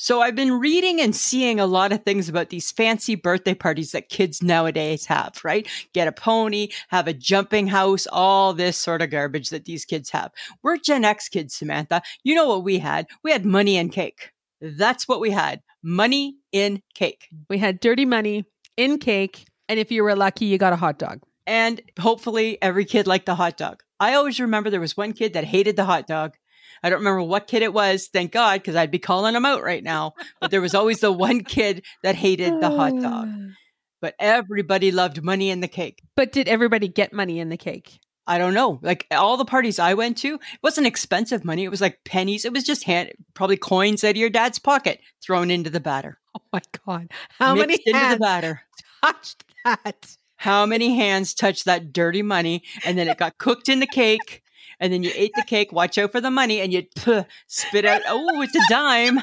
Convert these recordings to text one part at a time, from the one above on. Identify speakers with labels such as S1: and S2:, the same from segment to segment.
S1: So I've been reading and seeing a lot of things about these fancy birthday parties that kids nowadays have, right? Get a pony, have a jumping house, all this sort of garbage that these kids have. We're Gen X kids, Samantha. You know what we had? We had money and cake. That's what we had. Money in cake.
S2: We had dirty money in cake, and if you were lucky, you got a hot dog.
S1: And hopefully every kid liked the hot dog. I always remember there was one kid that hated the hot dog. I don't remember what kid it was, thank God, because I'd be calling him out right now. But there was always the one kid that hated the hot dog. But everybody loved money in the cake.
S2: But did everybody get money in the cake?
S1: I don't know. Like all the parties I went to, it wasn't expensive money. It was like pennies. It was just hand, probably coins out of your dad's pocket thrown into the batter.
S2: Oh my God. How
S1: mixed
S2: many
S1: into the
S2: hands
S1: batter?
S2: touched that?
S1: How many hands touched that dirty money? And then it got cooked in the cake. And then you ate the cake. Watch out for the money. And you puh, spit out. Oh, it's a dime.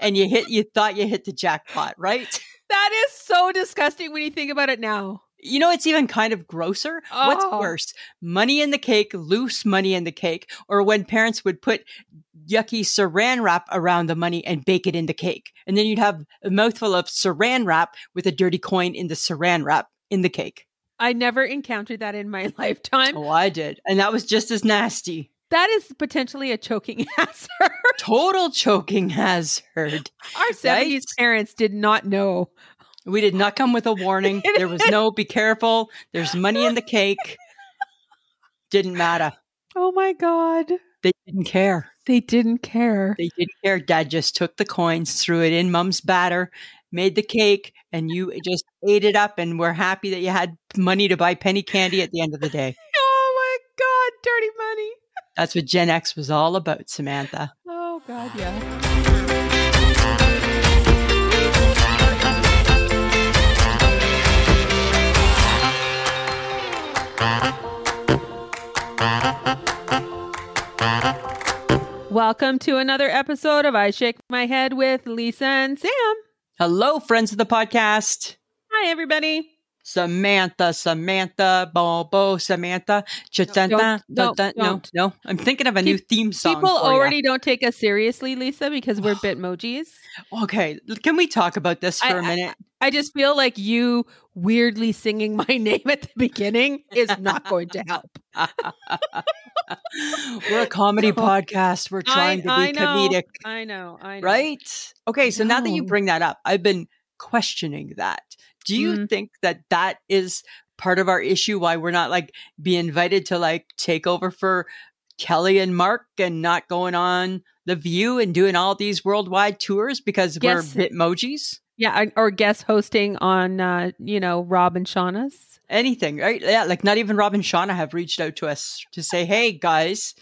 S1: And you hit. You thought you hit the jackpot, right?
S2: That is so disgusting when you think about it now.
S1: You know, it's even kind of grosser. What's
S2: Oh.
S1: worse, money in the cake, loose money in the cake, or when parents would put yucky saran wrap around the money and bake it in the cake. And then you'd have a mouthful of saran wrap with a dirty coin in the saran wrap in the cake.
S2: I never encountered that in my lifetime.
S1: Oh, I did. And that was just as nasty.
S2: That is potentially a choking hazard.
S1: Total choking hazard.
S2: Our 70s parents did not know.
S1: We did not come with a warning. There was no be careful. There's money in the cake. Didn't matter.
S2: Oh my God.
S1: They didn't care.
S2: They didn't care.
S1: They didn't care. Dad just took the coins, threw it in mom's batter, made the cake, and you just ate it up. And we're happy that you had money to buy penny candy at the end of the day.
S2: Oh my God. Dirty money.
S1: That's what Gen X was all about, Samantha.
S2: Oh God. Yeah. Welcome to another episode of I Shake My Head with Lisa and Sam.
S1: Hello, friends of the podcast.
S2: Hi, everybody.
S1: Samantha, Samantha, Bobo, Samantha.
S2: don't,
S1: Chitanta, dun-
S2: don't,
S1: dun- no,
S2: don't.
S1: no. I'm thinking of a new theme song.
S2: People
S1: for ya.
S2: already don't take us seriously, Lisa, because we're bitmojis.
S1: Okay, can we talk about this
S2: I-
S1: for a
S2: I-
S1: minute?
S2: I just feel like you weirdly singing my name at the beginning is not going to help.
S1: We're a comedy
S2: No.
S1: podcast. We're trying to be
S2: I know,
S1: comedic.
S2: I know. I know.
S1: right? Okay, so now that you
S2: No.
S1: bring that up, I've been questioning that. Do you
S2: Mm.
S1: think that that is part of our issue why we're not like be invited to like take over for Kelly and Mark and not going on the view and doing all these worldwide tours because
S2: Yes.
S1: we're bitmojis?
S2: Yeah. and- Or guest hosting on, uh, you know, Rob and Shauna's.
S1: Anything, right? Yeah, like not even Rob and Shauna have reached out to us to say, "Hey guys,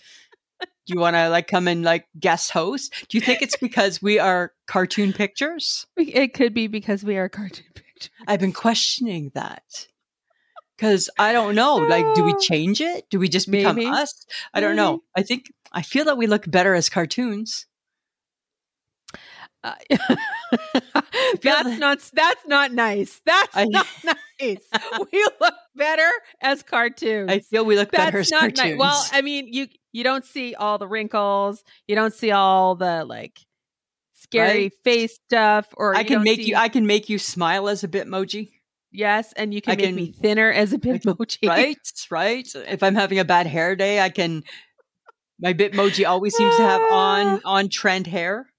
S1: do you want to like come and like guest host?" Do you think it's because we are cartoon pictures?
S2: It could be because we are cartoon pictures.
S1: I've been questioning that. Cause I don't know. Like, do we
S2: Ah.
S1: change it? Do we just become
S2: Maybe. Mm-hmm.
S1: us? I don't know.
S2: Maybe.
S1: I think I feel that we look better as cartoons.
S2: Uh,
S1: that-
S2: that's not that's not nice. That's
S1: I-
S2: not nice. We look better as cartoons.
S1: I feel we look better as
S2: Mm. that's not
S1: cartoons.
S2: nice. Well, I mean, you you don't see all the wrinkles. You don't see all the like scary
S1: Right?
S2: face stuff. Or
S1: I,
S2: you
S1: can
S2: don't
S1: make
S2: see-
S1: you. I can make you smile as a bitmoji.
S2: yes, and you can
S1: I
S2: make me thinner as a bitmoji.
S1: Right, right. If I'm having a bad hair day, I can. My bitmoji always seems to have on
S2: Ah.
S1: on trend hair.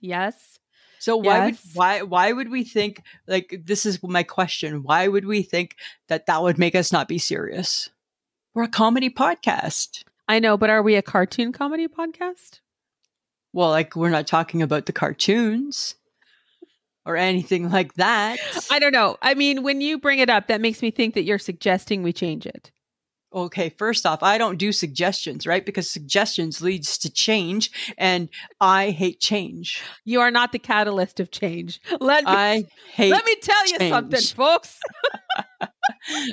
S2: Yes.
S1: So why would
S2: Yes.
S1: why why would we think like this is my question? Why would we think that that would make us not be serious? We're a comedy podcast.
S2: I know, but are we a cartoon comedy podcast?
S1: Well, like we're not talking about the cartoons or anything like that.
S2: I don't know. I mean, when you bring it up, that makes me think that you're suggesting we change it.
S1: okay, first off, I don't do suggestions, right? Because suggestions leads to change and I hate change.
S2: You are not the catalyst of change. Let me
S1: I hate
S2: let me tell you something,
S1: change.
S2: folks.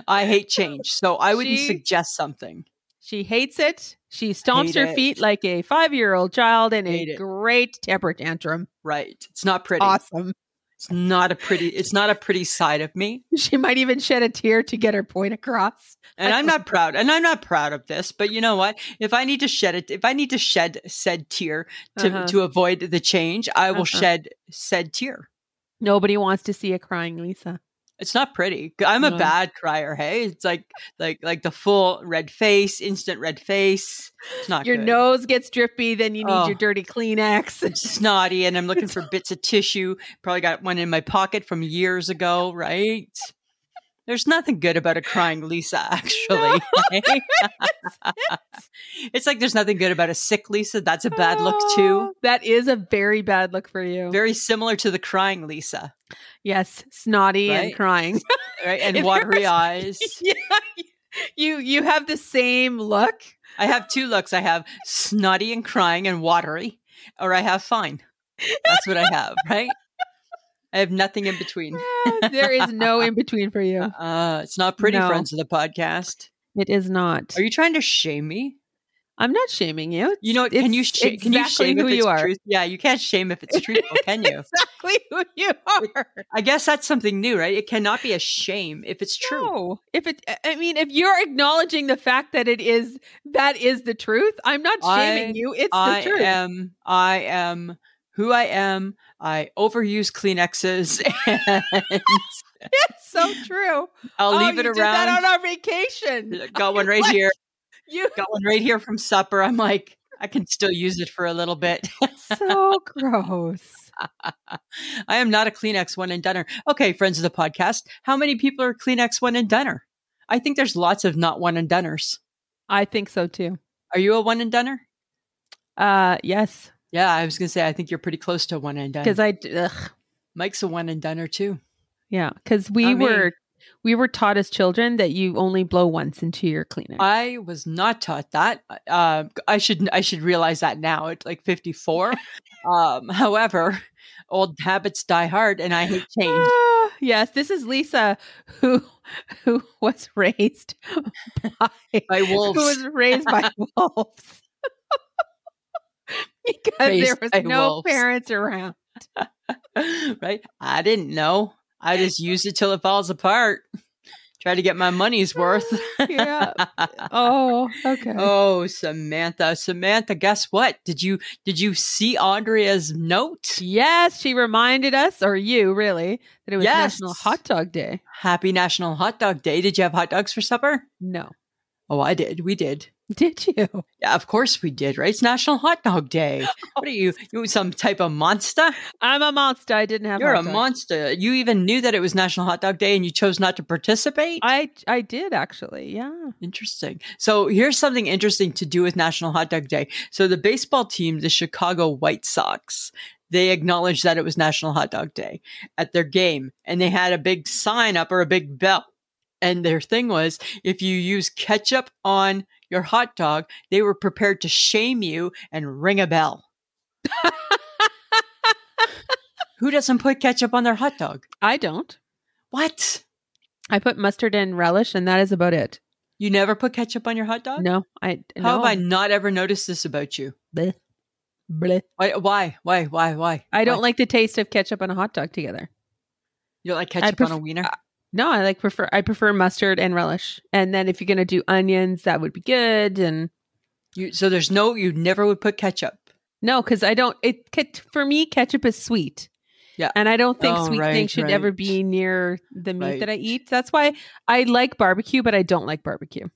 S1: I hate change. So I wouldn't
S2: She-
S1: suggest something.
S2: She hates it. She stomps
S1: Hate
S2: her
S1: it.
S2: feet like a five year old child in
S1: Hate
S2: a
S1: it.
S2: great temper tantrum.
S1: Right. It's not pretty.
S2: Awesome.
S1: It's not a pretty. It's not a pretty side of me,
S2: She might even shed a tear to get her point across.
S1: and I'm not proud. And I'm not proud of this. But you know what? If I need to shed it, if I need to shed said tear to
S2: Uh-huh.
S1: to avoid the change, I will
S2: Uh-huh.
S1: shed said tear.
S2: Nobody wants to see a crying Lisa.
S1: It's not pretty. I'm a
S2: No.
S1: bad crier. Hey, it's like like like the full red face, instant red face. It's not
S2: your
S1: good.
S2: nose gets drippy, then you need
S1: Oh.
S2: your dirty Kleenex.
S1: I'm snotty, and I'm looking for bits of tissue. Probably got one in my pocket from years ago, right? There's nothing good about a crying Lisa, actually. it's like there's nothing good about a sick Lisa. That's a bad look too.
S2: That is a very bad look for you.
S1: Very similar to the crying Lisa,
S2: yes, snotty and
S1: Right?
S2: crying.
S1: right? And
S2: If you're-
S1: watery eyes.
S2: yeah, you you have the same look.
S1: I have two looks. I have snotty and crying and watery, or I have fine. That's what I have, right? I have nothing in between.
S2: Ah, there is no in between for you.
S1: Uh, it's not pretty,
S2: No.
S1: friends of the podcast.
S2: It is not.
S1: Are you trying to shame me?
S2: I'm not shaming you.
S1: You know, what? can you
S2: It's
S1: shame? can you
S2: exactly
S1: shame
S2: who
S1: if
S2: you
S1: it's
S2: are.
S1: truth? Yeah, you can't shame if it's truthful, can you?
S2: Exactly who you are.
S1: I guess that's something new, right? It cannot be a shame if it's true.
S2: No. If it, I- I mean, if you're acknowledging the fact that it is, that is the truth. I'm not shaming
S1: I-
S2: you. It's
S1: I
S2: the truth.
S1: am. I am who I am. I overuse Kleenexes, and
S2: It's so true.
S1: I'll
S2: Oh,
S1: leave it
S2: you did
S1: around.
S2: that on our vacation.
S1: Got one right
S2: What?
S1: here.
S2: You
S1: Got one right here from supper. I'm like, I can still use it for a little bit.
S2: so gross.
S1: I am not a Kleenex one and doneer. Okay, friends of the podcast, how many people are Kleenex one and doneer? I think there's lots of not one and doneers.
S2: I think so too.
S1: Are you a one and doneer?
S2: Uh, yes,
S1: Yeah, I was gonna say I think you're pretty close to a one and done.
S2: because I d- ugh,
S1: Mike's a one and doneer too.
S2: yeah, because we
S1: Not me.
S2: were we were taught as children that you only blow once into your Kleenex.
S1: I was not taught that. Uh, I should I should realize that now at like 54. um, however, old habits die hard, and I hate change.
S2: Ah, yes, this is Lisa who who was raised by,
S1: By wolves.
S2: who was raised by wolves. because there
S1: Raised
S2: was
S1: by
S2: no
S1: wolves.
S2: parents around.
S1: right? I didn't know. I just use it till it falls apart. Try to get my money's worth.
S2: yeah. Oh, okay.
S1: oh, Samantha, Samantha, guess what? Did you did you see Andrea's note?
S2: Yes, she reminded us, or you really, that it was
S1: Yes.
S2: National Hot Dog Day.
S1: Happy National Hot Dog Day. Did you have hot dogs for supper?
S2: No.
S1: Oh, I did. We did.
S2: Did you?
S1: Yeah, of course we did, right? It's National Hot Dog Day. What are you? You some type of monster?
S2: I'm a monster. I didn't have
S1: You're a
S2: hot dog.
S1: monster. You even knew that it was National Hot Dog Day and you chose not to participate?
S2: I I did actually. Yeah.
S1: Interesting. So here's something interesting to do with National Hot Dog Day. So the baseball team, the Chicago White Sox, they acknowledged that it was National Hot Dog Day at their game and they had a big sign up or a big bell. And their thing was if you use ketchup on your hot dog, they were prepared to shame you and ring a bell. Who doesn't put ketchup on their hot dog?
S2: I don't.
S1: What?
S2: I put mustard and relish, and that is about it.
S1: You never put ketchup on your hot dog?
S2: No, I
S1: How
S2: no.
S1: have I not ever noticed this about you?
S2: Bleh. Bleh.
S1: Why? Why? Why? Why? Why?
S2: I don't
S1: Why?
S2: like the taste of ketchup and a hot dog together.
S1: You don't like ketchup on a
S2: pref-
S1: wiener.
S2: uh, No, I like prefer I prefer mustard and relish. And then if you're gonna do onions, that would be good. And
S1: You, so there's no. You never would put ketchup.
S2: no, because I don't. It ket- for me, ketchup is sweet.
S1: Yeah.
S2: and I don't think
S1: Oh,
S2: sweet
S1: right,
S2: things should ever
S1: right.
S2: be near the meat that I
S1: Right.
S2: eat. That's why I like barbecue, but I don't like barbecue.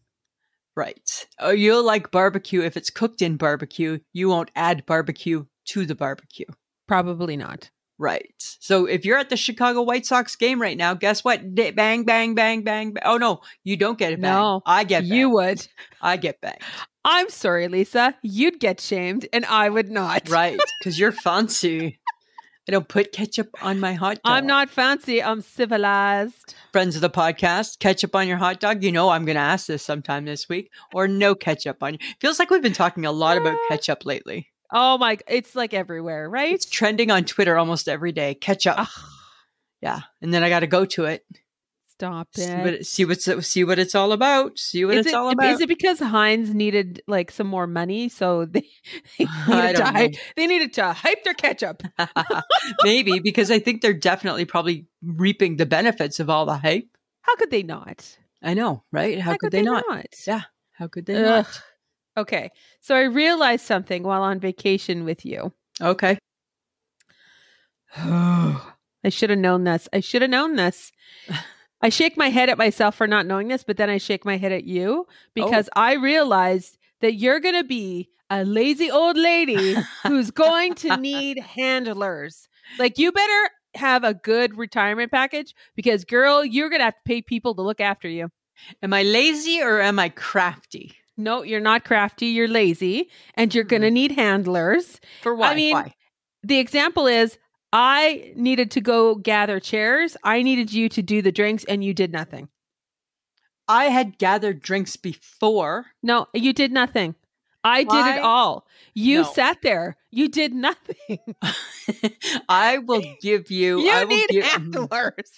S1: Right. Oh, you'll like barbecue if it's cooked in barbecue. You won't add barbecue to the barbecue.
S2: Probably not.
S1: Right. So if you're at the Chicago White Sox game right now, guess what? Da- Bang, bang, bang, bang. bang. Oh no, you don't get it. Bang.
S2: No,
S1: I get
S2: you
S1: you.
S2: would.
S1: I get bang.
S2: I'm sorry, Lisa. You'd get shamed, and I would not.
S1: Right, because you're fancy. I don't put ketchup on my hot dog.
S2: I'm not fancy. I'm civilized.
S1: friends of the podcast, ketchup on your hot dog. You know, I'm going to ask this sometime this week, or no ketchup on. Feels like we've been talking a lot about
S2: Yeah.
S1: ketchup lately.
S2: Oh my! It's like everywhere, right?
S1: It's
S2: Ah.
S1: trending on Twitter almost every day. Ketchup,
S2: Ugh,
S1: yeah. And then I got to go to it.
S2: Stop
S1: See
S2: it.
S1: what, it- see what's see what it's all about. See what
S2: Is
S1: it's
S2: it-
S1: all about.
S2: Is it because Heinz needed like some more money, so they they
S1: I
S2: needed, to
S1: don't know.
S2: hype, they needed to hype their ketchup?
S1: Maybe because I think they're definitely probably reaping the benefits of all the hype.
S2: How could they not?
S1: I know, right? How, could, they, not? Yeah. How could they
S2: Ugh.
S1: not?
S2: Okay, so I realized something while on vacation with you.
S1: Okay.
S2: I should have known this. I should have known this. I shake my head at myself for not knowing this, but then I shake my head at you because I realized that you're going to be a lazy old lady who's going to need handlers. Like, you better have a good retirement package because, girl, you're going to have to pay people to look after you.
S1: Am I lazy or am I crafty?
S2: No, you're not crafty. You're lazy and you're going to need handlers.
S1: For what?
S2: mean-
S1: Why?
S2: the example is I needed to go gather chairs. I needed you to do the drinks and you did nothing.
S1: I had gathered drinks before.
S2: No, you did nothing. I did
S1: Why?
S2: it all. You
S1: No.
S2: sat there. You did nothing.
S1: I will give you. I
S2: you
S1: will Mhm.
S2: need
S1: give.
S2: handlers.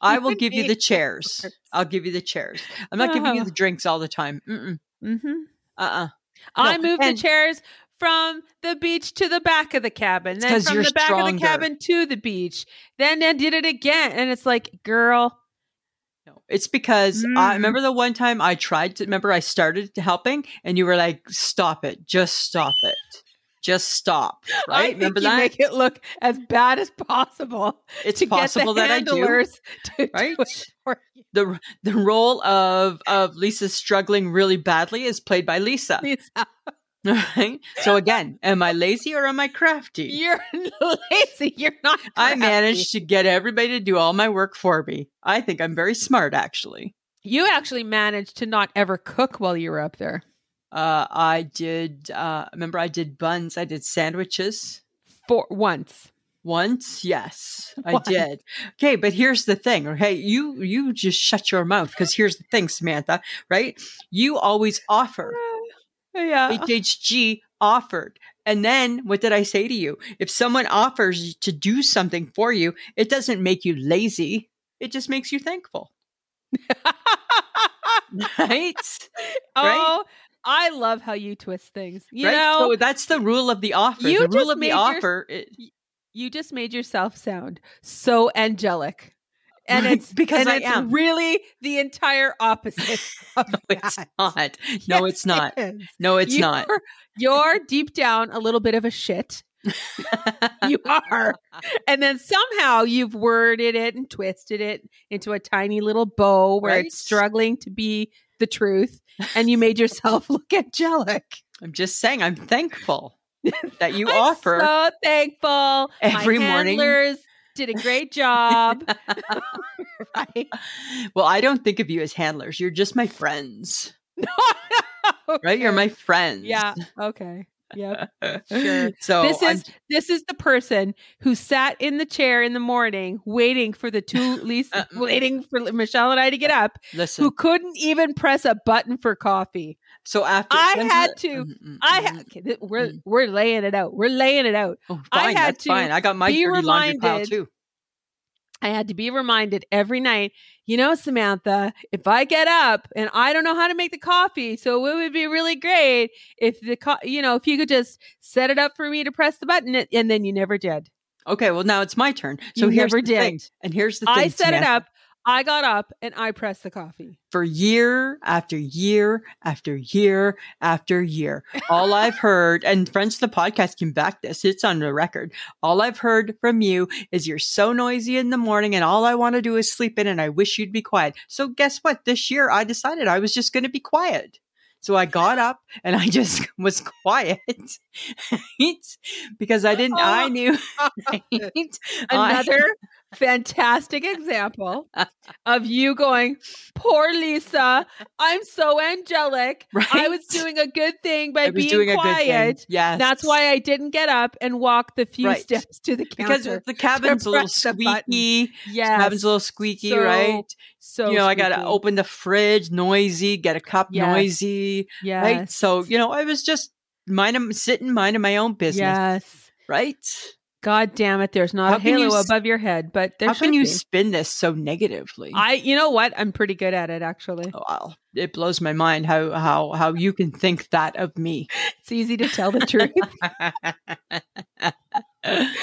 S1: I will
S2: You
S1: give you
S2: need
S1: the chairs. I'll give you the chairs. I'm not giving you
S2: Oh.
S1: the drinks all the time. Mm-mm.
S2: Mm-hmm.
S1: Uh-uh.
S2: I
S1: No,
S2: moved
S1: and-
S2: the chairs from the beach to the back of the cabin, then
S1: 'cause
S2: from
S1: you're
S2: the back of the
S1: stronger.
S2: cabin to the beach. Then I did it again, and it's like, girl,
S1: No, it's because I
S2: Mm.
S1: remember the one time I tried to remember I started helping and you were like, "Stop it! Just stop it! Just stop!"
S2: I
S1: Right?
S2: think
S1: remember
S2: you
S1: that?
S2: make it look as bad as possible.
S1: it's
S2: to
S1: possible that
S2: get the
S1: I do.
S2: handlers to do
S1: right?
S2: it for you.
S1: the the role of of Lisa struggling really badly is played by Lisa.
S2: Lisa,
S1: Right? So again, am I lazy or am I crafty?
S2: You're lazy. You're not.
S1: I
S2: crafty.
S1: managed to get everybody to do all my work for me. I think I'm very smart, actually.
S2: You actually managed to not ever cook while you were up there.
S1: Uh, I did. Uh, remember, I did buns. I did sandwiches
S2: For once,
S1: once. Yes, I
S2: Once.
S1: did. Okay, but here's the thing. Okay, you you just shut your mouth because here's the thing, Samantha. Right? You always offer.
S2: yeah.
S1: HHG offered. And then what did I say to you? If someone offers to do something for you, it doesn't make you lazy. It just makes you thankful, right?
S2: oh, I love how you twist things. You
S1: right?
S2: know,
S1: so that's the rule of the offer.
S2: you
S1: The
S2: just
S1: rule of
S2: made
S1: the
S2: your-
S1: offer, it-
S2: you just made yourself sound so angelic. And
S1: Right,
S2: it's
S1: because
S2: and
S1: I
S2: it's
S1: am.
S2: really the entire opposite of
S1: it's
S2: that.
S1: not. No,
S2: Yes,
S1: it's not.
S2: it is.
S1: No, it's
S2: you're,
S1: not.
S2: You're deep down a little bit of a shit. You are. And then somehow you've worded it and twisted it into a tiny little bow where
S1: Right?
S2: it's struggling to be the truth. And you made yourself look angelic.
S1: I'm just saying, I'm thankful that you
S2: I'm
S1: offer.
S2: So thankful.
S1: Every
S2: My
S1: morning.
S2: handlers did a great job. right?
S1: well, I don't think of you as handlers. You're just my friends, right? You're my friends.
S2: Yeah. Okay. Yep. sure.
S1: So
S2: This
S1: I'm
S2: is This is the person who sat in the chair in the morning waiting for the two Lisa,
S1: Uh-uh.
S2: waiting for Michelle and I to get up,
S1: Listen.
S2: who couldn't even press a button for coffee.
S1: so after
S2: I
S1: when's
S2: had
S1: the-
S2: to-
S1: Mm, mm,
S2: I
S1: mm.
S2: ha- okay, th- we're we're laying it out. We're laying it out.
S1: Oh, fine.
S2: I had
S1: that's
S2: to
S1: fine. I got my
S2: be
S1: dirty laundry pile
S2: reminded-
S1: too.
S2: I had to be reminded every night, you know, Samantha, if I get up and I don't know how to make the coffee, so it would be really great if the co- you know, if you could just set it up for me to press the button and- and then you never did.
S1: Okay, well now it's my turn. So
S2: You
S1: here's
S2: never
S1: the thing.
S2: did.
S1: And here's the thing.
S2: I set it
S1: Samantha.
S2: up, I got up and I pressed the coffee.
S1: for year after year after year after year. All I've heard, and friends, of the podcast can back this. It's on the record. All I've heard from you is you're so noisy in the morning, and all I want to do is sleep in, and I wish you'd be quiet. So guess what? This year I decided I was just going to be quiet. So I got up and I just was quiet because I didn't. I
S2: Oh.
S1: knew I-
S2: another fantastic example of you going, Poor Lisa, I'm so angelic. I was
S1: Right?
S2: doing a good thing by
S1: I was
S2: being
S1: doing a good
S2: quiet.
S1: thing. Yes,
S2: That's why I didn't get up and walk the few
S1: Right.
S2: steps to the
S1: because
S2: counter.
S1: the cabin's a little
S2: press the button.
S1: squeaky.
S2: Yeah,
S1: Cabin's a little squeaky,
S2: So
S1: right?
S2: So
S1: you know, I gotta
S2: squeaky.
S1: open the fridge, noisy, get a cup,
S2: Yes.
S1: noisy,
S2: Yes.
S1: right? So you know, I was just minding, sitting, minding my own business,
S2: Yes.
S1: right?
S2: God damn it, there's not
S1: How
S2: a
S1: can you
S2: halo
S1: s-
S2: above your head, but there
S1: How
S2: should
S1: can you
S2: be.
S1: spin this so negatively?
S2: I you know what? I'm pretty good at it actually.
S1: wow, it blows my mind how how how you can think that of me.
S2: It's easy to tell the truth.
S1: and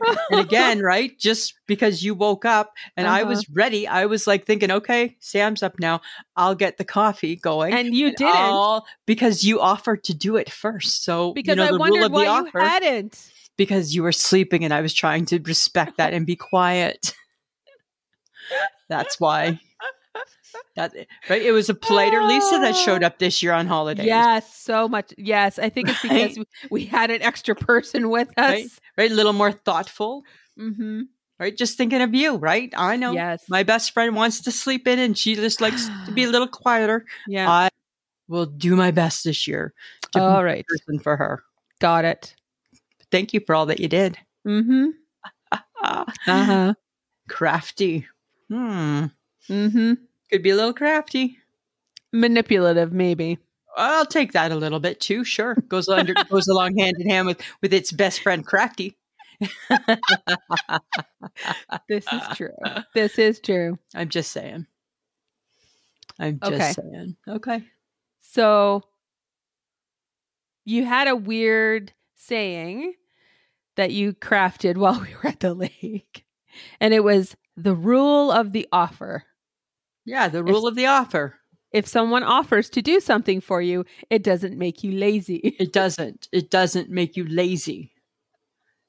S1: again, right? Just because you woke up and I
S2: Uh-huh.
S1: was ready, I was like thinking, okay, Sam's up now. I'll get the coffee going.
S2: and you
S1: And
S2: didn't
S1: all- because you offered to do it first. So
S2: because
S1: Oh, you know,
S2: I
S1: the rule
S2: wondered
S1: of the
S2: why you
S1: offer
S2: hadn't.
S1: because you were sleeping and I was trying to respect that and be quiet. That's why. That right. It was a plater Lisa that
S2: Ah.
S1: showed up this year on holidays.
S2: Yes, so much. Yes, I think it's because we, we had an extra person with us.
S1: Right? Right. A little more thoughtful.
S2: Mm-hmm.
S1: Right. Just thinking of you, right? I know.
S2: Yes.
S1: My best friend wants to sleep in and she just likes to be a little quieter.
S2: yeah.
S1: I will do my best this year to be
S2: All
S1: the
S2: right.
S1: person for her.
S2: Got it.
S1: Thank you for all that you did.
S2: Mm-hmm.
S1: Ah,
S2: Uh-huh.
S1: crafty. Hmm.
S2: Mm-hmm.
S1: Could be a little crafty.
S2: Manipulative, maybe.
S1: I'll take that a little bit too. Sure, goes under goes along hand in hand with with its best friend Crafty.
S2: This is true. This is true.
S1: I'm just saying. I'm just
S2: Okay.
S1: saying. Okay.
S2: So you had a weird saying that you crafted while we were at the lake. And it was the rule of the offer.
S1: Yeah, the rule of the offer.
S2: If someone offers to do something for you, it doesn't make you lazy.
S1: It doesn't. It doesn't make you lazy.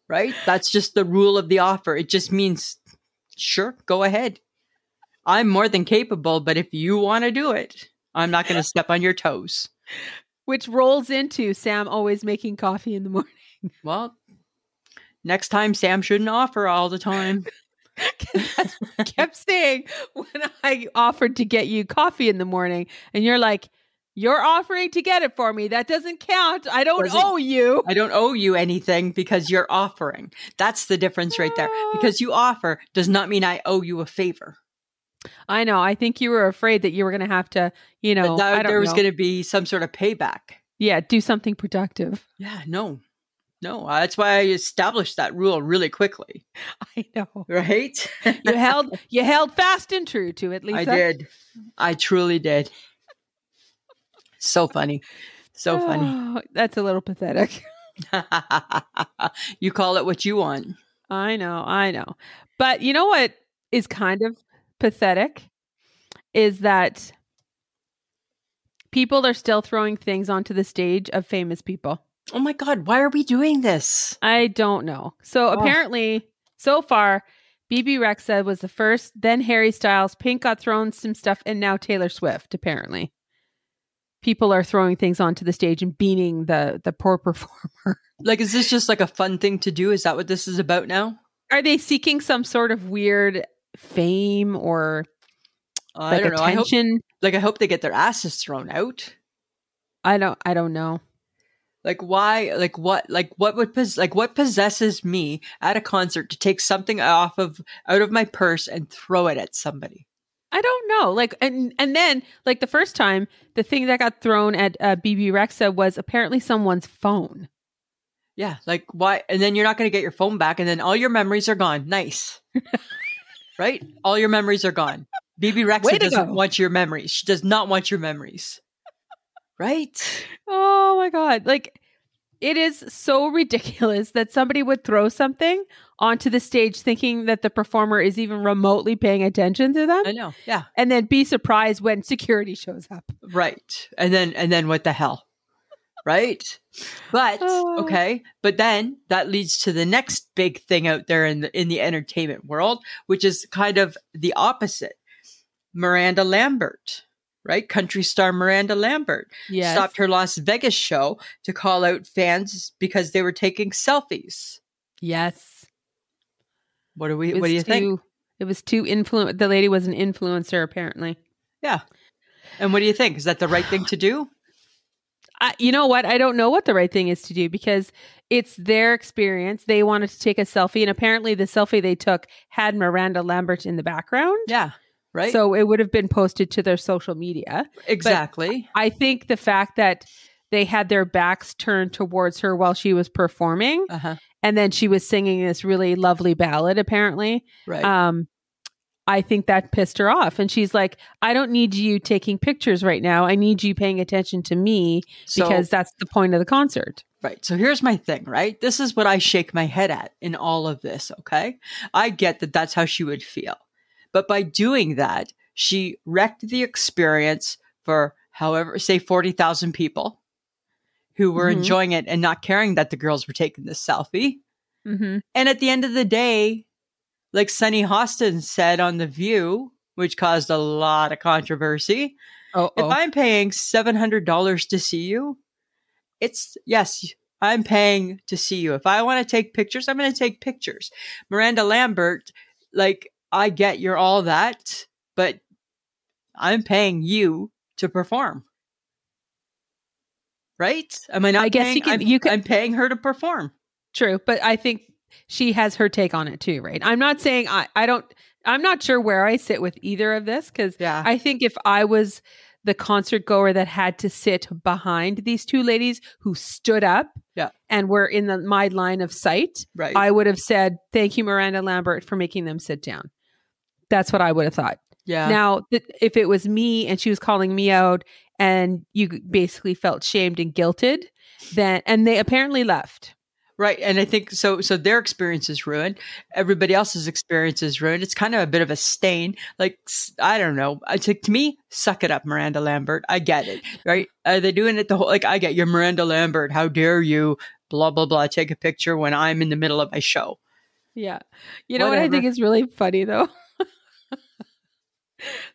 S1: Right? That's just the rule of the offer. It just means sure, go ahead. I'm more than capable, but if you want to do it, I'm not going to step on your toes.
S2: Which rolls into Sam always making coffee in the morning.
S1: Well, next time Sam shouldn't offer all the time.
S2: 'Cause that's what I kept saying when I offered to get you coffee in the morning, and you're like, "You're offering to get it for me. That doesn't count. I don't
S1: Doesn't-
S2: owe you."
S1: I don't owe you anything because you're offering. That's the difference right there.
S2: Ah.
S1: Because you offer does not mean I owe you a favor.
S2: I know. I think you were afraid that you were going to have to, you know,
S1: But that-
S2: I don't
S1: there was
S2: know.
S1: going to be some sort of payback.
S2: yeah, do something productive.
S1: Yeah, no, no. uh, That's why I established that rule really quickly,
S2: I know.
S1: right?
S2: You held you held fast and true to it, Lisa.
S1: I did. I truly did. So funny. So funny.
S2: That's a little pathetic.
S1: you call it what you want.
S2: I know, I know. But you know what is kind of pathetic is that people are still throwing things onto the stage of famous people.
S1: Oh my God, why are we doing this?
S2: I don't know. So
S1: Ugh.
S2: apparently, so far, BB Rexa was the first, then Harry Styles, Pink got thrown some stuff, and now Taylor Swift, apparently. People are throwing things onto the stage and beating the the poor performer.
S1: Like, is this just like a fun thing to do? Is that what this is about now?
S2: Are they seeking some sort of weird fame or
S1: I
S2: like
S1: don't know. I hope,
S2: attention?
S1: like, I hope they get their asses thrown out.
S2: I don't I don't know.
S1: Like, why? Like, what? Like, what would pos- like what possesses me at a concert to take something off of out of my purse and throw it at somebody?
S2: I don't know. Like and and then like the first time the thing that got thrown at uh, BB Rexa was apparently someone's phone.
S1: Yeah, like why? And then you're not going to get your phone back, and then all your memories are gone. Nice, right? All your memories are gone. BB
S2: Way to
S1: Rexa doesn't
S2: go.
S1: want your memories. She does not want your memories, right?
S2: Oh my god. Like it is so ridiculous that somebody would throw something onto the stage thinking that the performer is even remotely paying attention to them
S1: I know. Yeah,
S2: and then be surprised when security shows up.
S1: right. And then and then what the hell, right? But
S2: Oh.
S1: okay, but then that leads to the next big thing out there in the in the entertainment world, which is kind of the opposite. Miranda Lambert, right? Country star Miranda Lambert.
S2: Yes.
S1: stopped her Las Vegas show to call out fans because they were taking selfies.
S2: Yes.
S1: What do we?
S2: It
S1: What do
S2: was
S1: you think?
S2: too- It was too influent the lady was an influencer apparently.
S1: And what do you think? Is that the right thing to do?
S2: I, you know what? I don't know what the right thing is to do because it's their experience. They wanted to take a selfie, and apparently, the selfie they took had Miranda Lambert in the background.
S1: Yeah, right.
S2: So it would have been posted to their social media.
S1: exactly.
S2: I think the fact that they had their backs turned towards her while she was performing
S1: Uh huh.
S2: and then she was singing this really lovely ballad apparently
S1: Right.
S2: um i think that pissed her off and she's like i don't need you taking pictures right now i need you paying attention to me
S1: So-
S2: because that's the point of the concert
S1: Right. So here's my thing, right? This is what I shake my head at in all of this. Okay. I get that that's how she would feel. But by doing that, she wrecked the experience for however, say 40,000 people who were
S2: Mhm.
S1: enjoying it and not caring that the girls were taking this selfie.
S2: mm-hmm.
S1: And at the end of the day, like Sunny Hostin said on The View, which caused a lot of controversy,
S2: oh,
S1: if I'm paying seven hundred dollars to see you, it's yes, I'm paying to see you. If I want to take pictures, I'm going to take pictures. Miranda Lambert, like I get you're all that, but I'm paying you to perform. Right? Am I not?
S2: I guess
S1: paying-
S2: you can-
S1: I'm-
S2: you can-
S1: I'm paying her to perform.
S2: True, but I think she has her take on it too, right? I'm not saying I I don't I'm not sure where I sit with either of this cuz
S1: Yeah.
S2: I think if I was the concert goer that had to sit behind these two ladies who stood up
S1: Yeah.
S2: and were in the, my line of sight,
S1: right.
S2: I would have said, "Thank you Miranda Lambert for making them sit down." That's what I would have thought.
S1: yeah.
S2: Now, th- if it was me and she was calling me out and you basically felt shamed and guilted, then and they apparently left.
S1: Right. And I think so so their experience is ruined. Everybody else's experience is ruined. It's kind of a bit of a stain. Like s- I don't know. It's like to me, suck it up, Miranda Lambert. I get it. Right? Are they doing it the whole like I get you're Miranda Lambert. How dare you blah blah blah take a picture when I'm in the middle of my show.
S2: Yeah. You know what I think
S1: Whatever.
S2: is really funny though?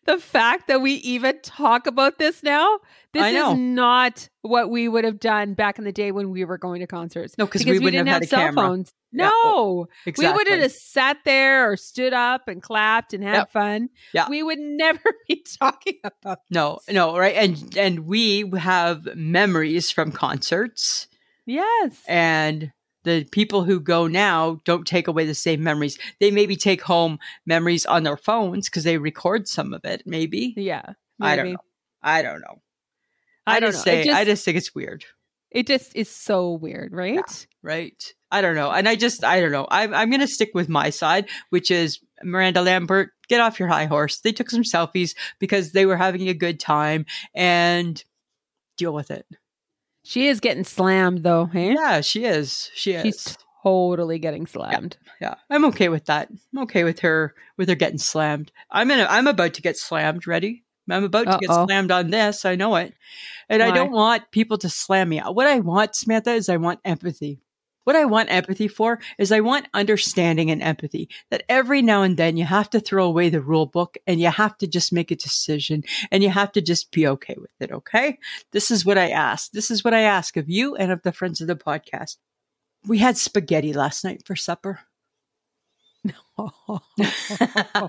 S2: the fact that we even talk about this now, this
S1: I know.
S2: is not what we would have done back in the day when we were going to concerts.
S1: No, 'cause we wouldn't have had a
S2: cell
S1: camera.
S2: phones.
S1: Yeah.
S2: No,
S1: Exactly.
S2: we would have sat there or stood up and clapped and had
S1: Yep.
S2: fun.
S1: Yeah.
S2: We would never be talking about
S1: no, no, right? And and we have memories from concerts.
S2: Yes.
S1: and the people who go now don't take away the same memories. They maybe take home memories on their phones because they record some of it. Maybe
S2: yeah.
S1: I don't
S2: maybe.
S1: know. I don't know.
S2: I
S1: I,
S2: don't
S1: just
S2: know. It
S1: say I
S2: just-
S1: just think it's weird,
S2: It just is so weird, right?
S1: right? I don't know, and I just I don't know. I'm I'm gonna stick with my side, which is Miranda Lambert. Get off your high horse. They took some selfies because they were having a good time and deal with it.
S2: She is getting slammed though, hey?
S1: Yeah, she is. She is.
S2: She's totally getting slammed.
S1: yeah i'm okay with that i'm okay with her with her getting slammed i'm in a, i'm about to get slammed ready i'm about to get
S2: Uh-oh.
S1: slammed on this i know it and i
S2: Why?
S1: don't want people to slam me what i want samantha is i want empathy what i want empathy for is i want understanding and empathy that every now and then you have to throw away the rule book and you have to just make a decision and you have to just be okay with it okay this is what i ask this is what i ask of you and of the friends of the podcast we had spaghetti last night for supper
S2: you broke
S1: yeah,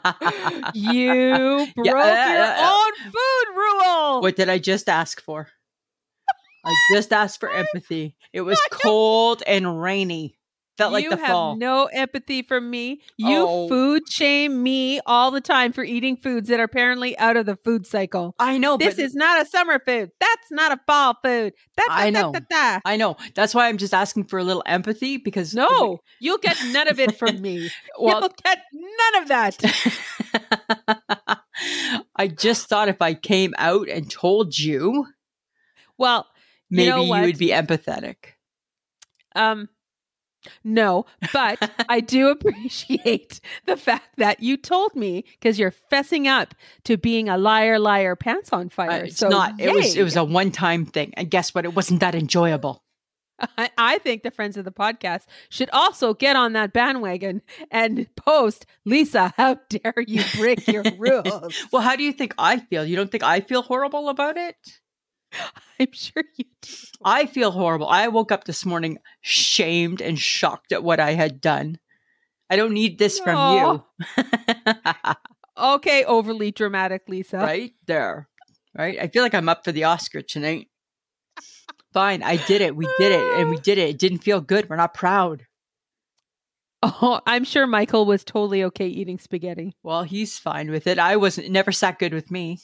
S1: yeah.
S2: your own food rule.
S1: what did I just ask for? I just asked for empathy. It was cold and rainy. Felt like
S2: you
S1: the
S2: have
S1: fall.
S2: no empathy for me. You
S1: Oh.
S2: food shame me all the time for eating foods that are apparently out of the food cycle.
S1: I know,
S2: this
S1: Oh, but
S2: is not a summer food. That's not a fall food. That,
S1: I
S2: da, da,
S1: know.
S2: da, da.
S1: I know. That's why I'm just asking for a little empathy because
S2: No, you'll get none of it from me.
S1: Well,
S2: you'll get none of that.
S1: I just thought if I came out and told you,
S2: Well, You
S1: maybe
S2: know
S1: you,
S2: what?
S1: would be empathetic.
S2: Um, no, but I do appreciate the fact that you told me because you're fessing up to being a liar, liar, pants on
S1: Uh,
S2: fire.
S1: it's
S2: so
S1: not. It was.
S2: yay.
S1: It was a one-time thing, and guess what? It wasn't that enjoyable.
S2: I, I think the friends of the podcast should also get on that bandwagon and post, Lisa, how dare you break your rules?
S1: Well, how do you think I feel? You don't think I feel horrible about it?
S2: I'm sure you do.
S1: I feel horrible. I woke up this morning shamed and shocked at what I had done. I don't need this from you.
S2: Okay, overly dramatic, Lisa.
S1: right there. Right? I feel like I'm up for the Oscar tonight. Fine. I did it. We did it. And we did it. It didn't feel good. We're not proud.
S2: Oh, I'm sure Michael was totally okay eating spaghetti.
S1: Well, he's fine with it. I wasn't, it never sat good with me.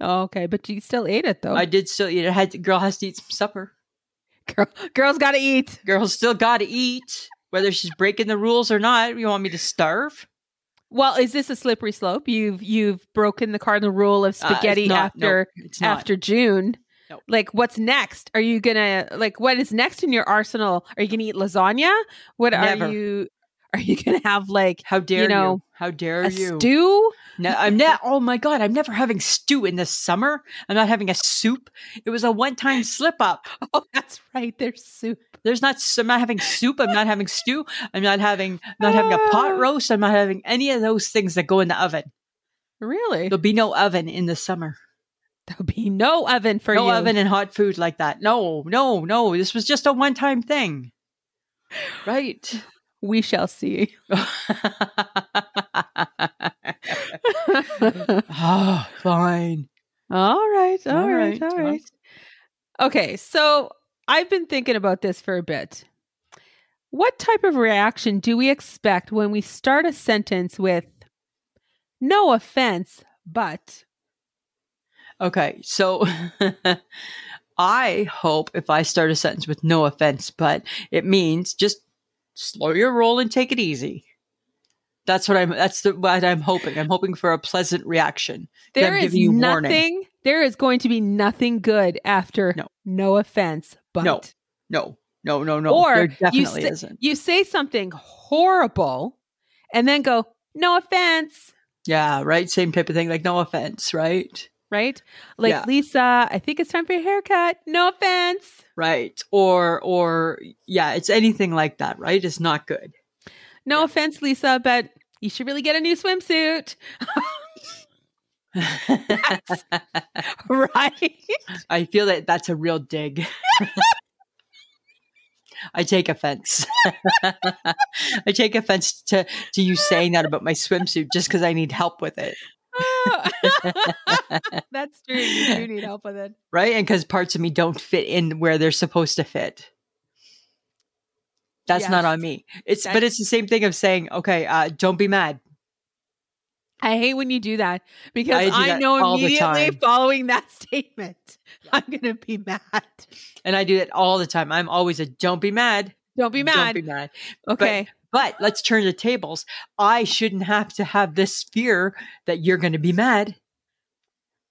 S2: Okay, but you still ate it though.
S1: I did still eat it. Had to, girl has to eat some supper.
S2: Girl, girls got to eat.
S1: Girl still got to eat. Whether she's breaking the rules or not, you want me to starve?
S2: Well, is this a slippery slope? You've you've broken the cardinal rule of
S1: Uh, it's
S2: spaghetti
S1: not-
S2: after
S1: no, it's not.
S2: after June.
S1: No.
S2: Like what's next? Are you gonna like what is next in your arsenal? Are you gonna eat lasagna? What
S1: Never.
S2: are you are you gonna have like
S1: How dare you?
S2: know,
S1: How dare
S2: a
S1: you?
S2: stew?
S1: No, I'm not. Oh my god, I'm never having stew in the summer. I'm not having a soup. It was a one-time slip up.
S2: Oh, that's right, there's soup.
S1: There's not. I'm not having soup. I'm not having stew. I'm not having. I'm not having a
S2: Ah.
S1: pot roast. I'm not having any of those things that go in the oven.
S2: Really?
S1: There'll be no oven in the summer.
S2: There'll be no oven for
S1: no
S2: you.
S1: oven and hot food like that. No, no, no. This was just a one-time thing, right?
S2: We shall see.
S1: oh, fine.
S2: All right. All right.
S1: right,
S2: All
S1: well.
S2: right. Okay. So I've been thinking about this for a bit. What type of reaction do we expect when we start a sentence with no offense, but
S1: Okay, so I hope if I start a sentence with no offense, but it means just slow your roll and take it easy. That's what I'm. That's the, what I'm hoping. I'm hoping for a pleasant reaction.
S2: there
S1: I'm
S2: is
S1: giving you warning.
S2: nothing, there is going to be nothing good after
S1: No.
S2: no offense, but
S1: No. No, no, no, no.
S2: Or
S1: there
S2: you
S1: definitely
S2: st-
S1: isn't.
S2: you say something horrible and then go, no offense.
S1: Yeah, right. Same type of thing. Like no offense, right?
S2: right? Like
S1: Yeah.
S2: Lisa, I think it's time for your haircut. No offense.
S1: Right. Or or yeah, it's anything like that. Right? It's not good.
S2: No offense, Lisa, but you should really get a new swimsuit, right?
S1: I feel that that's a real dig. I take offense. I take offense to, to you saying that about my swimsuit just because I need help with it,
S2: Oh. That's true. You do need help with it.
S1: right? And because parts of me don't fit in where they're supposed to fit. That's not
S2: Yes.
S1: on me. It's but
S2: That's-
S1: it's the same thing of saying, okay, uh, don't be mad.
S2: I hate when you do that because
S1: I do
S2: I,
S1: that
S2: know
S1: all the
S2: immediately
S1: time.
S2: following that statement, I'm going to be mad.
S1: And I do that all the time. I'm always a don't be mad.
S2: Don't be
S1: Don't
S2: mad.
S1: be mad.
S2: okay.
S1: But let's turn the tables. I shouldn't have to have this fear that you're going to be mad.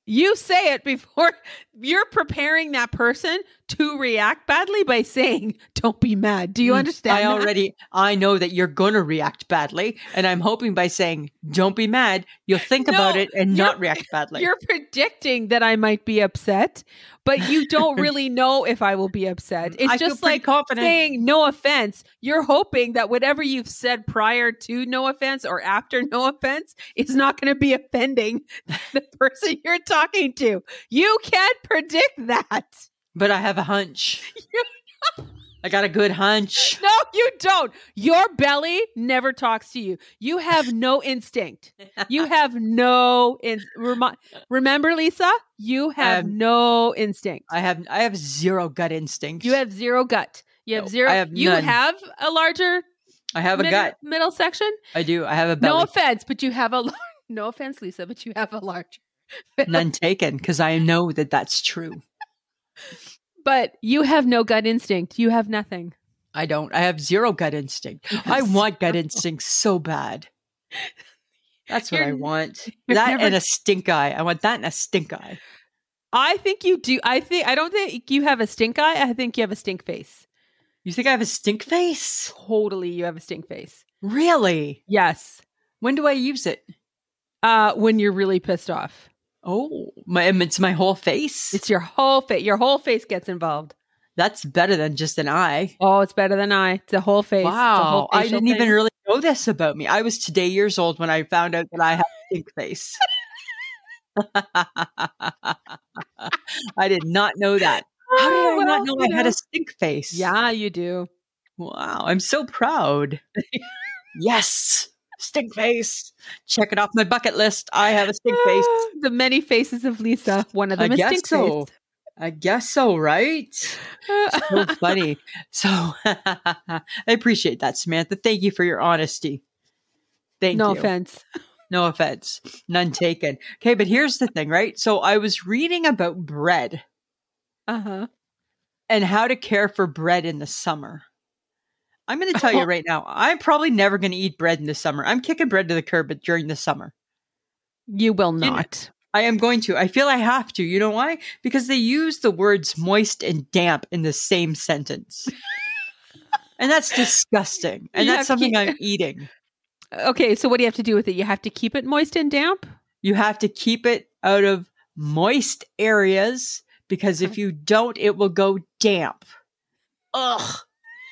S2: you say it before you're preparing that person to react badly by saying, don't be mad. Do you
S1: Mm,
S2: understand?
S1: I
S2: that?
S1: already I know that you're going to react badly, and I'm hoping by saying "Don't be mad," you'll think
S2: No,
S1: about it and
S2: you're-
S1: not react badly.
S2: You're predicting that I might be upset, but you don't really know if I will be upset. It's
S1: Mm, I feel
S2: just
S1: pretty
S2: like
S1: confident.
S2: saying no offense. You're hoping that whatever you've said prior to no offense or after no offense is not going to be offending the person you're talking to. You can't predict that.
S1: but I have a hunch. I got a good hunch.
S2: No, you don't. Your belly never talks to you. You have no instinct. You have no in- remi- remember Lisa, you have
S1: Um,
S2: no instinct.
S1: I have I have zero gut instinct.
S2: You have zero gut. You have
S1: No,
S2: zero.
S1: I have
S2: you
S1: none.
S2: have a larger
S1: I have a
S2: middle,
S1: gut.
S2: middle section.
S1: I do. I have a belly.
S2: No offense, but you have a. lar- No offense, Lisa, but you have a larger.
S1: None taken because I know that that's true.
S2: But you have no gut instinct. You have nothing.
S1: I don't. I have zero gut instinct. I
S2: Yes.
S1: want gut instinct so bad. That's what
S2: You're
S1: I
S2: n-
S1: want.
S2: you're
S1: That
S2: never-
S1: and a stink eye. I want that and a stink eye.
S2: I think you do. I think I don't think you have a stink eye. I think you have a stink face.
S1: You think I have a stink face?
S2: Totally, you have a stink face.
S1: Really?
S2: Yes.
S1: When do I use it?
S2: Uh, when you're really pissed off,
S1: Oh, my, um, it's my whole face.
S2: it's your whole face. Your whole face gets involved.
S1: That's better than just an eye.
S2: Oh, it's better than I. It's the whole face. It's a
S1: Wow.
S2: whole
S1: I
S2: facial
S1: didn't even
S2: thing.
S1: really know this about me. I was today years old when I found out that I have a stink face. I did not know that. How did I
S2: Oh, well,
S1: not know
S2: you
S1: I had
S2: know.
S1: a stink face?
S2: Yeah, you do.
S1: Wow. I'm so proud. yes. Stink face. Check it off my bucket list. I have a stink face.
S2: the many faces of Lisa. One of
S1: I
S2: them is
S1: guess
S2: stink
S1: so. I guess so, right?
S2: face.
S1: So funny. So I appreciate that, Samantha. Thank you for your honesty. Thank
S2: no
S1: you.
S2: offense.
S1: No offense. None taken. Okay, but here's the thing, right? So I was reading about bread
S2: Uh huh.
S1: Uh-huh. and how to care for bread in the summer. I'm going to tell you right now, I'm probably never going to eat bread in the summer. I'm kicking bread to the curb during the summer.
S2: You will not.
S1: I am going to. I feel I have to. You know why? Because they use the words moist and damp in the same sentence. and that's disgusting. And
S2: You
S1: that's
S2: have to
S1: something
S2: keep-
S1: I'm eating.
S2: Okay, so what do you have to do with it? You have to keep it moist and damp.
S1: You have to keep it out of moist areas because if you don't, it will go damp. Ugh.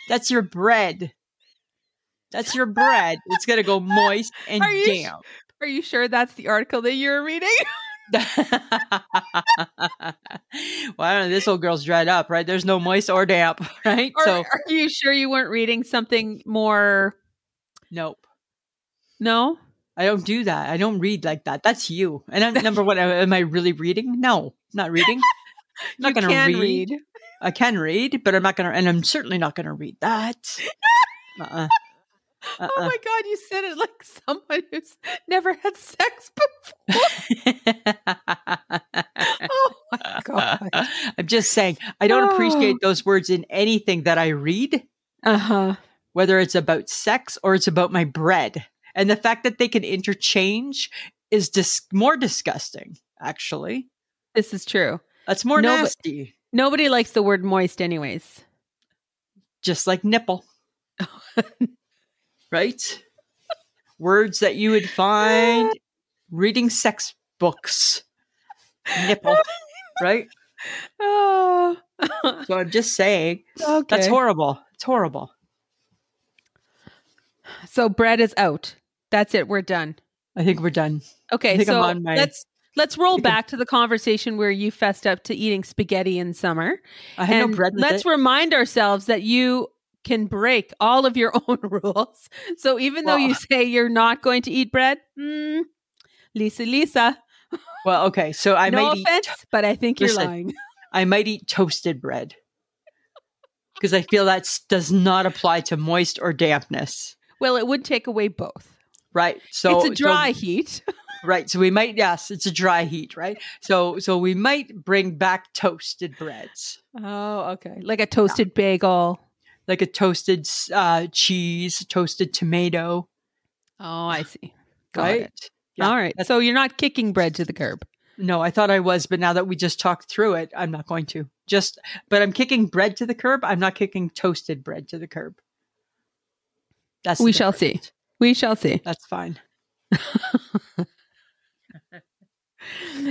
S1: That's your bread. That's your bread. It's going to go moist and
S2: Are you sh-
S1: damp.
S2: Are you sure that's the article that you're reading?
S1: well, I don't know. This old girl's dried up, right? There's no moist or damp, right?
S2: Or
S1: so,
S2: are you sure you weren't reading something more?
S1: nope.
S2: No.
S1: I don't do that. I don't read like that. That's you. And I'm, number one, am I really reading? No, not reading. I'm not
S2: You
S1: going to
S2: can
S1: read. I can read, but I'm not going to, and I'm certainly not going to read that. Uh-uh. Uh-uh.
S2: Oh my god, you said it like someone who's never had sex before. Oh my god. Oh.
S1: I'm just saying, I don't appreciate those words in anything that I read.
S2: Uh
S1: Uh-huh.
S2: huh.
S1: whether it's about sex or it's about my bread. And the fact that they can interchange is dis- more disgusting, actually.
S2: This is true.
S1: That's more
S2: No, but-
S1: nasty,
S2: Nobody likes the word moist, anyways.
S1: just like nipple. right? Words that you would find reading sex books. Nipple, right?
S2: Oh.
S1: So I'm just saying,
S2: okay.
S1: that's horrible. It's horrible.
S2: So bread is out. That's it. We're done.
S1: I think we're done. I
S2: Okay,
S1: think I'm
S2: so
S1: on my-
S2: let's let's roll
S1: think I'm-
S2: back to the conversation where you fessed up to eating spaghetti in summer.
S1: I had
S2: And
S1: no bread. with
S2: let's
S1: it.
S2: remind ourselves that you can break all of your own rules. So even though
S1: Well-
S2: you say you're not going to eat bread, mm, Lisa, Lisa,
S1: well, okay. So I
S2: no
S1: might eat
S2: offense, but I think you're
S1: Listen.
S2: lying.
S1: I might eat toasted bread because I feel that does not apply to moist or dampness.
S2: Well, it would take away both.
S1: Right. So
S2: it's a dry
S1: so-
S2: heat.
S1: right. So we might yes, it's a dry heat, right? So so we might bring back toasted breads.
S2: Oh, okay. Like a toasted bagel.
S1: Like a toasted uh, cheese, toasted tomato,
S2: Oh, I see. Got
S1: right?
S2: it.
S1: Yeah,
S2: All right.
S1: that's-
S2: So you're not kicking bread to the curb.
S1: No, I thought I was, but now that we just talked through it, I'm not going to. Just but I'm kicking bread to the curb. I'm not kicking toasted bread to the curb. That's the
S2: We shall
S1: difference.
S2: We shall see.
S1: That's fine.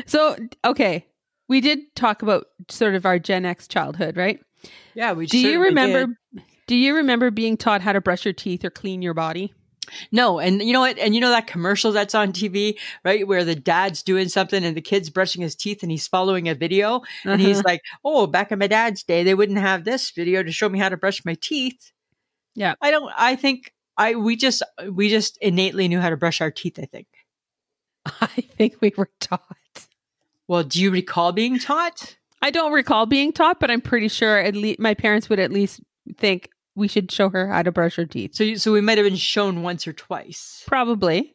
S2: So, okay. We did talk about sort of our Gen X childhood, right?
S1: Yeah, we
S2: Do you
S1: certainly
S2: remember
S1: did.
S2: do you remember being taught how to brush your teeth or clean your body?
S1: No, and you know what? And you know that commercial that's on TV, right? Where the dad's doing something and the kid's brushing his teeth and he's following a video and he's like, "Oh, back in my dad's day, they woun't have this video to show me how to brush my teeth."
S2: Yeah.
S1: I don't. I think I we just we just innately knew how to brush our teeth. I think.
S2: I think we were taught.
S1: Well, do you recall being taught?
S2: I don't recall being taught, but I'm pretty sure at least my parents would at least think we should show her how to brush her teeth.
S1: So you, so we might have been shown once or twice.
S2: Probably.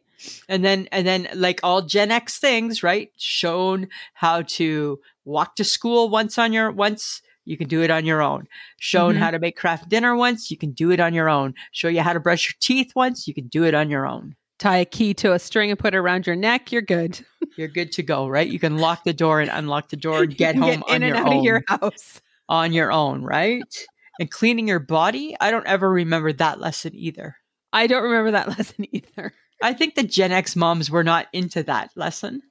S1: and then and then like all gen x things right shown how to walk to school once on your once you can do it on your own shown
S2: Mhm.
S1: how to make craft dinner once you can do it on your own show you how to brush your teeth once you can do it on your own
S2: Tie a key to a string and put it around your neck. You're good.
S1: you're good to go right you can lock the door and unlock the door and get
S2: You
S1: home
S2: can
S1: on
S2: in
S1: your
S2: and out
S1: own
S2: of your house.
S1: on your own right and cleaning your body i don't ever remember that lesson either
S2: I don't remember that lesson either.
S1: I think the Gen X moms were not into that lesson.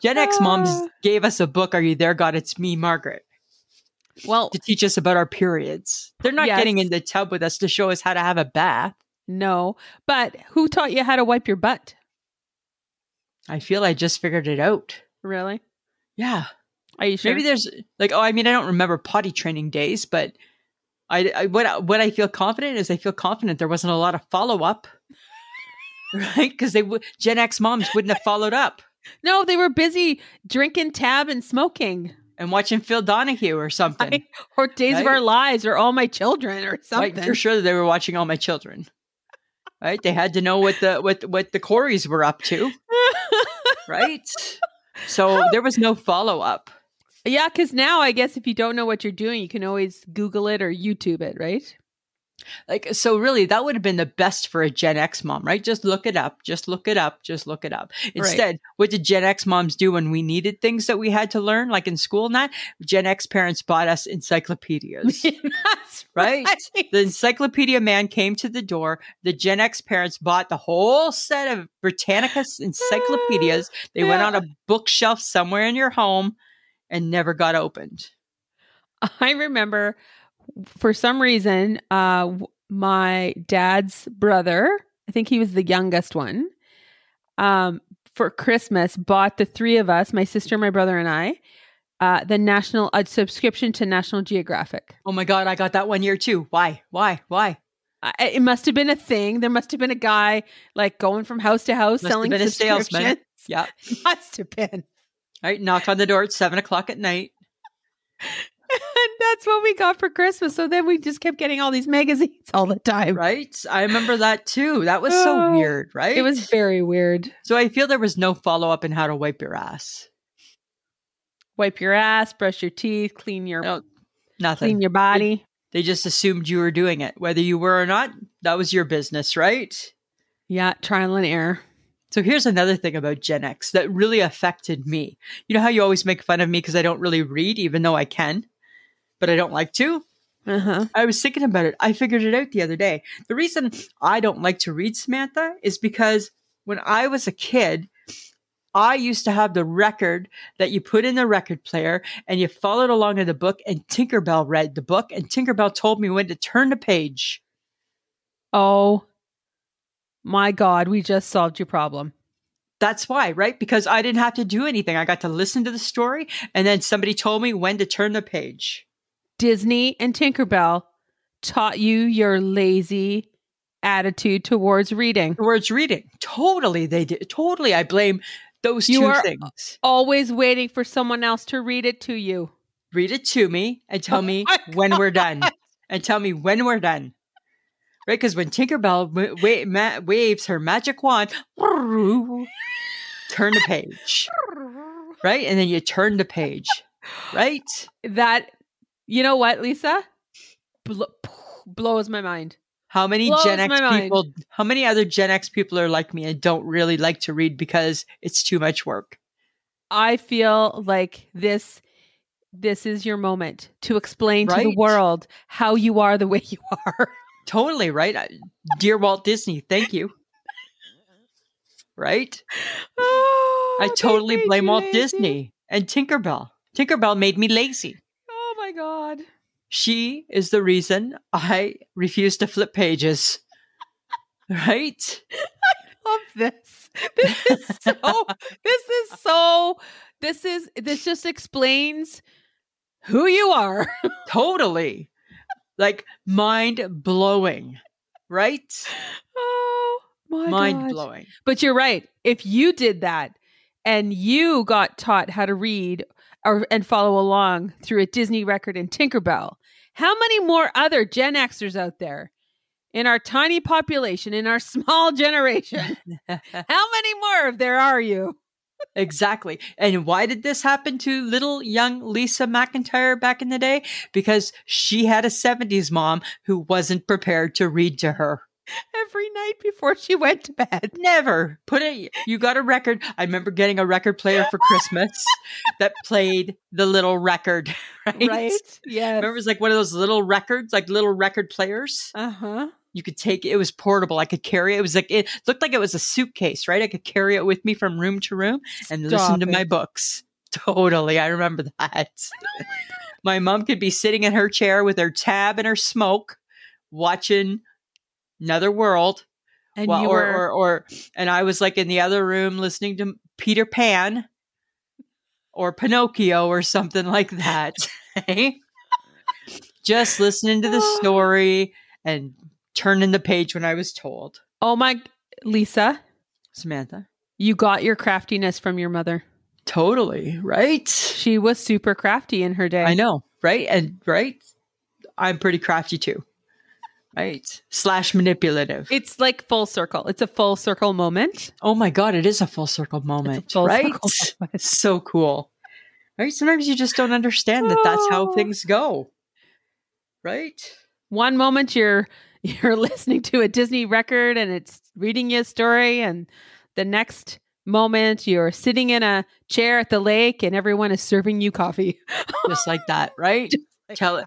S1: Gen X
S2: Ah.
S1: moms gave us a book, Are You There, God? It's Me, Margaret,
S2: Well,
S1: to teach us about our periods. They're not
S2: Yes.
S1: getting in the tub with us to show us how to have a bath.
S2: no. But who taught you how to wipe your butt?
S1: I feel I just figured it out.
S2: Really?
S1: Yeah.
S2: Are you sure?
S1: Maybe there's like, oh, I mean, I don't remember potty training days, but I, I what, what I feel confident is I feel confident there wasn't a lot of follow up, right? Because they would, Gen X moms wouldn't have followed up
S2: no, they were busy drinking tab and smoking.
S1: and watching Phil Donahue or something.
S2: I- or Days of
S1: Right?
S2: Our Lives or All My Children or something.
S1: Right, for sure that they were watching all my children. Right? They had to know what the what what the Coreys were up to, right? So there was no follow up.
S2: yeah, because now I guess if you don't know what you're doing, you can always Google it or YouTube it, right?
S1: Like, so really, that would have been the best for a Gen X mom, right? Just look it up, just look it up, just look it up. Instead, what did Gen X moms do when we needed things that we had to learn, like in school and that? Gen X parents bought us encyclopedias,
S2: That's
S1: right? The encyclopedia man came to the door. The Gen X parents bought the whole set of Britannicus encyclopedias. They went
S2: Yeah.
S1: on a bookshelf somewhere in your home and never got opened.
S2: I remember for some reason, uh, w- my dad's brother, I think he was the youngest one, um, for Christmas bought the three of us, my sister, my brother, and I, uh, the national a subscription to National Geographic.
S1: Oh my God, I got that one year too. Why? Why? Why?
S2: I, it must have been a thing. There must have been a guy like going from house to
S1: Must
S2: house
S1: have
S2: selling
S1: been a
S2: subscriptions.
S1: salesman. Yeah.
S2: must have been.
S1: All right. Knocked on the door at seven o'clock at night.
S2: and that's what we got for Christmas. So then we just kept getting all these magazines all the time.
S1: Right. I remember that too. That was so
S2: Oh,
S1: weird. Right.
S2: It was very weird.
S1: So I feel there was no follow up in how to wipe your ass.
S2: Wipe your ass, brush your teeth, clean your
S1: No, Nothing.
S2: clean your body.
S1: They just assumed you were doing it, whether you were or not. That was your business, right?
S2: Yeah, trial and error.
S1: So here's another thing about Gen X that really affected me. You know how you always make fun of me because I don't really read, even though I can, but I don't like to?
S2: Uh-huh.
S1: I was thinking about it. I figured it out the other day. The reason I don't like to read Samantha is because when I was a kid, I used to have the record that you put in the record player and you followed along in the book, and Tinkerbell read the book, and Tinkerbell told me when to turn the page.
S2: Oh my God, we just solved your problem.
S1: That's why, right? Because I didn't have to do anything. I got to listen to the story, and then somebody told me when to turn the page.
S2: Disney and Tinkerbell taught you your lazy attitude towards reading.
S1: The words reading. Totally, they did. Totally, I blame those
S2: You
S1: two
S2: are-
S1: things.
S2: Always waiting for someone else to read it to you.
S1: read it to me and tell
S2: Oh
S1: me
S2: my
S1: when we're done and tell me when we're done right because when tinkerbell w- wa- ma- waves her magic wand turn the page right and then you turn the page right
S2: That you know what, Lisa? Bl- blows my mind.
S1: how many
S2: Blows
S1: gen
S2: my
S1: x
S2: mind.
S1: people how many other gen x people are like me and don't really like to read because it's too much work
S2: I feel like this this is your moment to explain to
S1: Right?
S2: the world how you are the way you are.
S1: totally right I- dear walt disney thank you right I
S2: They
S1: totally
S2: made
S1: blame
S2: Oh, you
S1: Walt
S2: lazy.
S1: Disney and Tinkerbell. Tinkerbell made me lazy.
S2: Oh my god.
S1: She is the reason I refuse to flip pages. Right?
S2: Love this. This is so this is so this is this just explains who you are.
S1: Totally. Like mind blowing. Right?
S2: Oh my
S1: mind
S2: God.
S1: blowing.
S2: But you're right. If you did that and you got taught how to read or and follow along through a Disney record and Tinkerbell, how many more other Gen Xers out there in our tiny population, in our small generation? how many more of there are you?
S1: Exactly. And why did this happen to little young Lisa McIntyre back in the day? Because she had a 70s mom who wasn't prepared to read to her.
S2: Every night before she went to bed.
S1: Never put it. You got a record. I remember getting a record player for Christmas that played the little record, right?
S2: Yes.
S1: Remember, it was like one of those little records, like little record players.
S2: uh-huh.
S1: You could take it was portable. I could carry it. It was like it looked like it was a suitcase, right? I could carry it with me from room to room and listen
S2: Stop
S1: to my
S2: it.
S1: books. Totally, I remember that. my mom could be sitting in her chair with her tab and her smoke, watching Another World,
S2: And
S1: well,
S2: you
S1: or, or
S2: were
S1: or and I was like in the other room listening to Peter Pan or Pinocchio or something like that. eh? Just listening to the story and turning the page when I was told.
S2: Oh my Lisa,
S1: Samantha.
S2: you got your craftiness from your mother.
S1: Totally, right?
S2: She was super crafty in her day.
S1: I know, right? And right? I'm pretty crafty too. Right. Slash manipulative.
S2: It's like full circle. It's a full circle moment.
S1: oh my god, it is a full circle moment.
S2: full
S1: right?
S2: circle
S1: It's so cool. Right? Sometimes you just don't understand that that's how
S2: Oh.
S1: things go. Right?
S2: One moment you're you're listening to a Disney record and it's reading you a story, and the next moment you're sitting in a chair at the lake and everyone is serving you coffee.
S1: just like that, right?
S2: like
S1: Tell it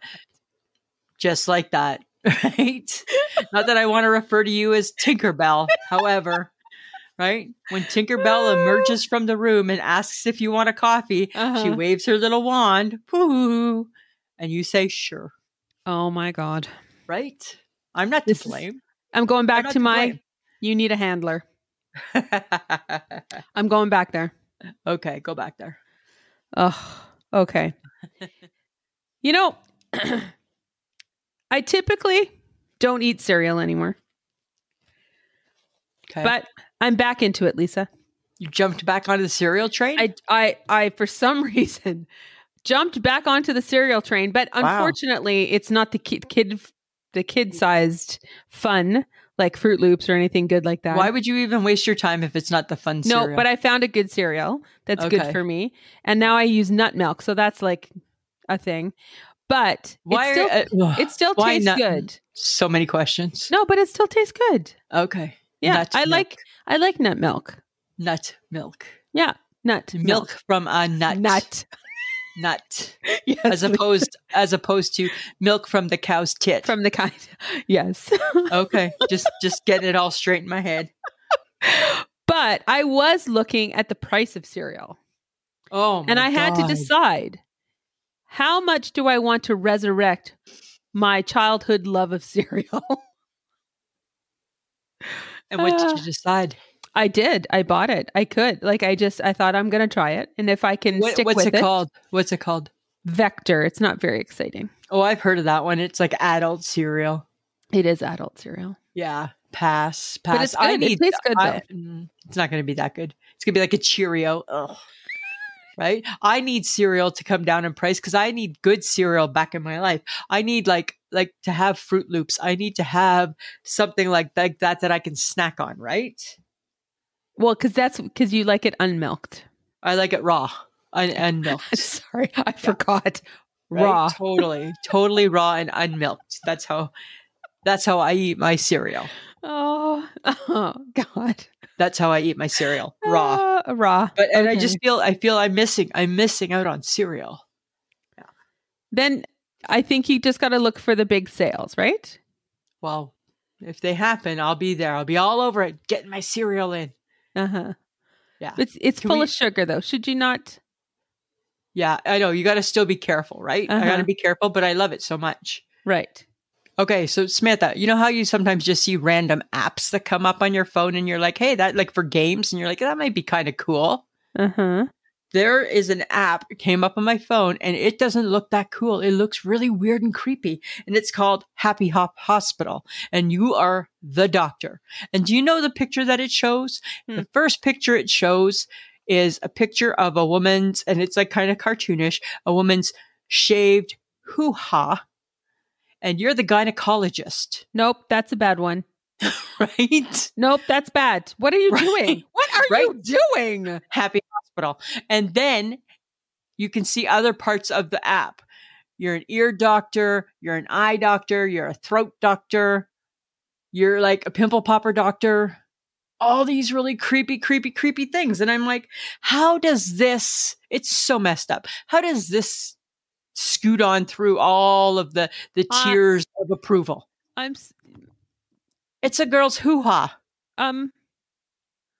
S1: just like that, right? Not that I want to refer to you as Tinkerbell, however, right? When Tinkerbell emerges from the room and asks if you want a coffee, she
S2: Uh-huh.
S1: waves her little wand, whoo, and you say sure,
S2: oh my God.
S1: right? I'm not to
S2: This is-
S1: blame.
S2: I'm going
S1: I'm
S2: back
S1: not
S2: to my, you need a handler.
S1: blame.
S2: I'm going back there.
S1: okay, go back there.
S2: Oh, okay. you know, I typically don't eat cereal anymore,
S1: Okay.
S2: but I'm back into it, Lisa.
S1: you jumped back onto the cereal train?
S2: I, I, I, for some reason, jumped back onto the cereal train, but
S1: Wow.
S2: unfortunately, it's not the kid, kid the kid sized fun like Fruit Loops or anything good like that.
S1: Why would you even waste your time if it's not the fun
S2: no,
S1: cereal?
S2: but I found a good cereal that's
S1: Okay.
S2: good for me, and now I use nut milk, so that's like a thing. But
S1: why
S2: it's still,
S1: are, uh,
S2: it still
S1: why
S2: tastes
S1: nut-
S2: good.
S1: so many questions?
S2: No, but it still tastes good.
S1: Okay.
S2: Yeah,
S1: Nut
S2: I
S1: milk.
S2: like I like nut milk.
S1: nut milk.
S2: Yeah, nut
S1: Milk, from a nut.
S2: nut.
S1: Nut.
S2: Yes,
S1: As
S2: Lisa,
S1: opposed as opposed to milk from the cow's tit.
S2: from the kind. Yes,
S1: okay. Just just getting it all straight in my head.
S2: but I was looking at the price of cereal,
S1: Oh my
S2: and I had
S1: God.
S2: to decide how much do I want to resurrect my childhood love of cereal.
S1: And what did
S2: Ah.
S1: you decide?
S2: I did. I bought it. I could. Like I just I thought I'm going to try it, and if I can
S1: What,
S2: stick
S1: what's
S2: with
S1: it, called? What's it called?
S2: Vector. It's not very exciting.
S1: Oh, I've heard of that one. It's like adult cereal.
S2: It is adult cereal,
S1: Yeah. Pass. Pass.
S2: but it's
S1: I
S2: good.
S1: need
S2: it tastes good though.
S1: I- mm, it's not going to be that good. It's going to be like a Cheerio. Ugh. Right? I need cereal to come down in price because I need good cereal back in my life. I need like like to have Fruit Loops. I need to have something like like that that I can snack on. Right?
S2: Well, because that's because you like it unmilked.
S1: I like it raw and, and milked.
S2: Sorry, I forgot.
S1: right?
S2: Raw.
S1: totally, totally raw and unmilked. That's how. That's how I eat my cereal.
S2: Oh, oh God.
S1: That's how I eat my cereal raw.
S2: Ah, raw.
S1: But and I
S2: okay.
S1: just feel I feel I'm missing I'm missing out on cereal.
S2: then I think you just got to look for the big sales, right?
S1: Well, if they happen, I'll be there. I'll be all over it, getting my cereal in.
S2: Uh huh.
S1: Yeah.
S2: It's it's
S1: Can
S2: full
S1: we-
S2: of sugar though. Should you not?
S1: Yeah, I know. You got to still be careful, right? I got
S2: Uh-huh.
S1: to be careful, but I love it so much.
S2: Right.
S1: Okay, so Samantha, you know how you sometimes just see random apps that come up on your phone and you're like, hey, that like for games, and you're like, that might be kind of cool.
S2: Uh huh.
S1: There is an app that came up on my phone and it doesn't look that cool. It looks really weird and creepy. And it's called Happy Hop Hospital. And you are the doctor. And do you know the picture that it shows?
S2: Hmm.
S1: The first picture it shows is a picture of a woman's, and it's like kind of cartoonish, a woman's shaved hoo ha. And you're the gynecologist,
S2: Nope. That's a bad one.
S1: right?
S2: Nope. That's bad. What are you
S1: Right.
S2: doing? What are you doing?
S1: Happy Hospital. And then you can see other parts of the app. You're an ear doctor, you're an eye doctor, you're a throat doctor, you're like a pimple popper doctor. All these really creepy, creepy, creepy things. And I'm like, how does this, it's so messed up. How does this scoot on through all of the the
S2: Uh,
S1: tiers of approval?
S2: I'm s-
S1: It's a girl's hoo-ha.
S2: um.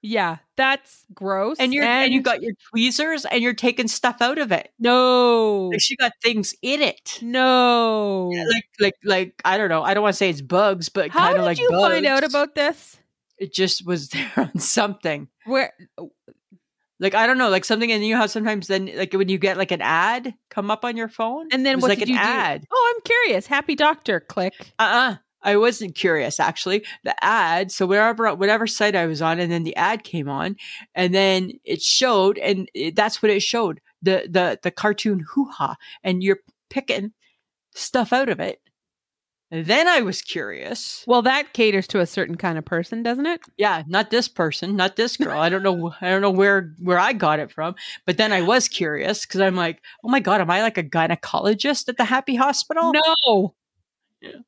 S2: Yeah, that's gross.
S1: And you're and you got your tweezers and you're taking stuff out of it.
S2: no,
S1: Like she got things in it.
S2: no.
S1: like like like I don't know. I don't want to say it's bugs, but
S2: How
S1: kind
S2: did
S1: of like
S2: you find out
S1: bugs.
S2: about this?
S1: It just was there on something.
S2: Where
S1: Like I don't know, like something, and you know how sometimes then like when you get like an ad come up on your phone,
S2: And then
S1: It was
S2: what
S1: like
S2: did
S1: an
S2: you do?
S1: ad.
S2: Oh, I'm curious. Happy doctor. Click.
S1: Uh uh I wasn't curious actually. The ad, so wherever whatever site I was on, and then the ad came on, and then it showed, and it, that's what it showed the the the cartoon hoo ha, and you're picking stuff out of it. And then I was curious.
S2: Well, that caters to a certain kind of person, doesn't it?
S1: yeah not this person not this girl i don't know i don't know where where i got it from but then i was curious because i'm like oh my god am i like a gynecologist at the happy hospital
S2: No.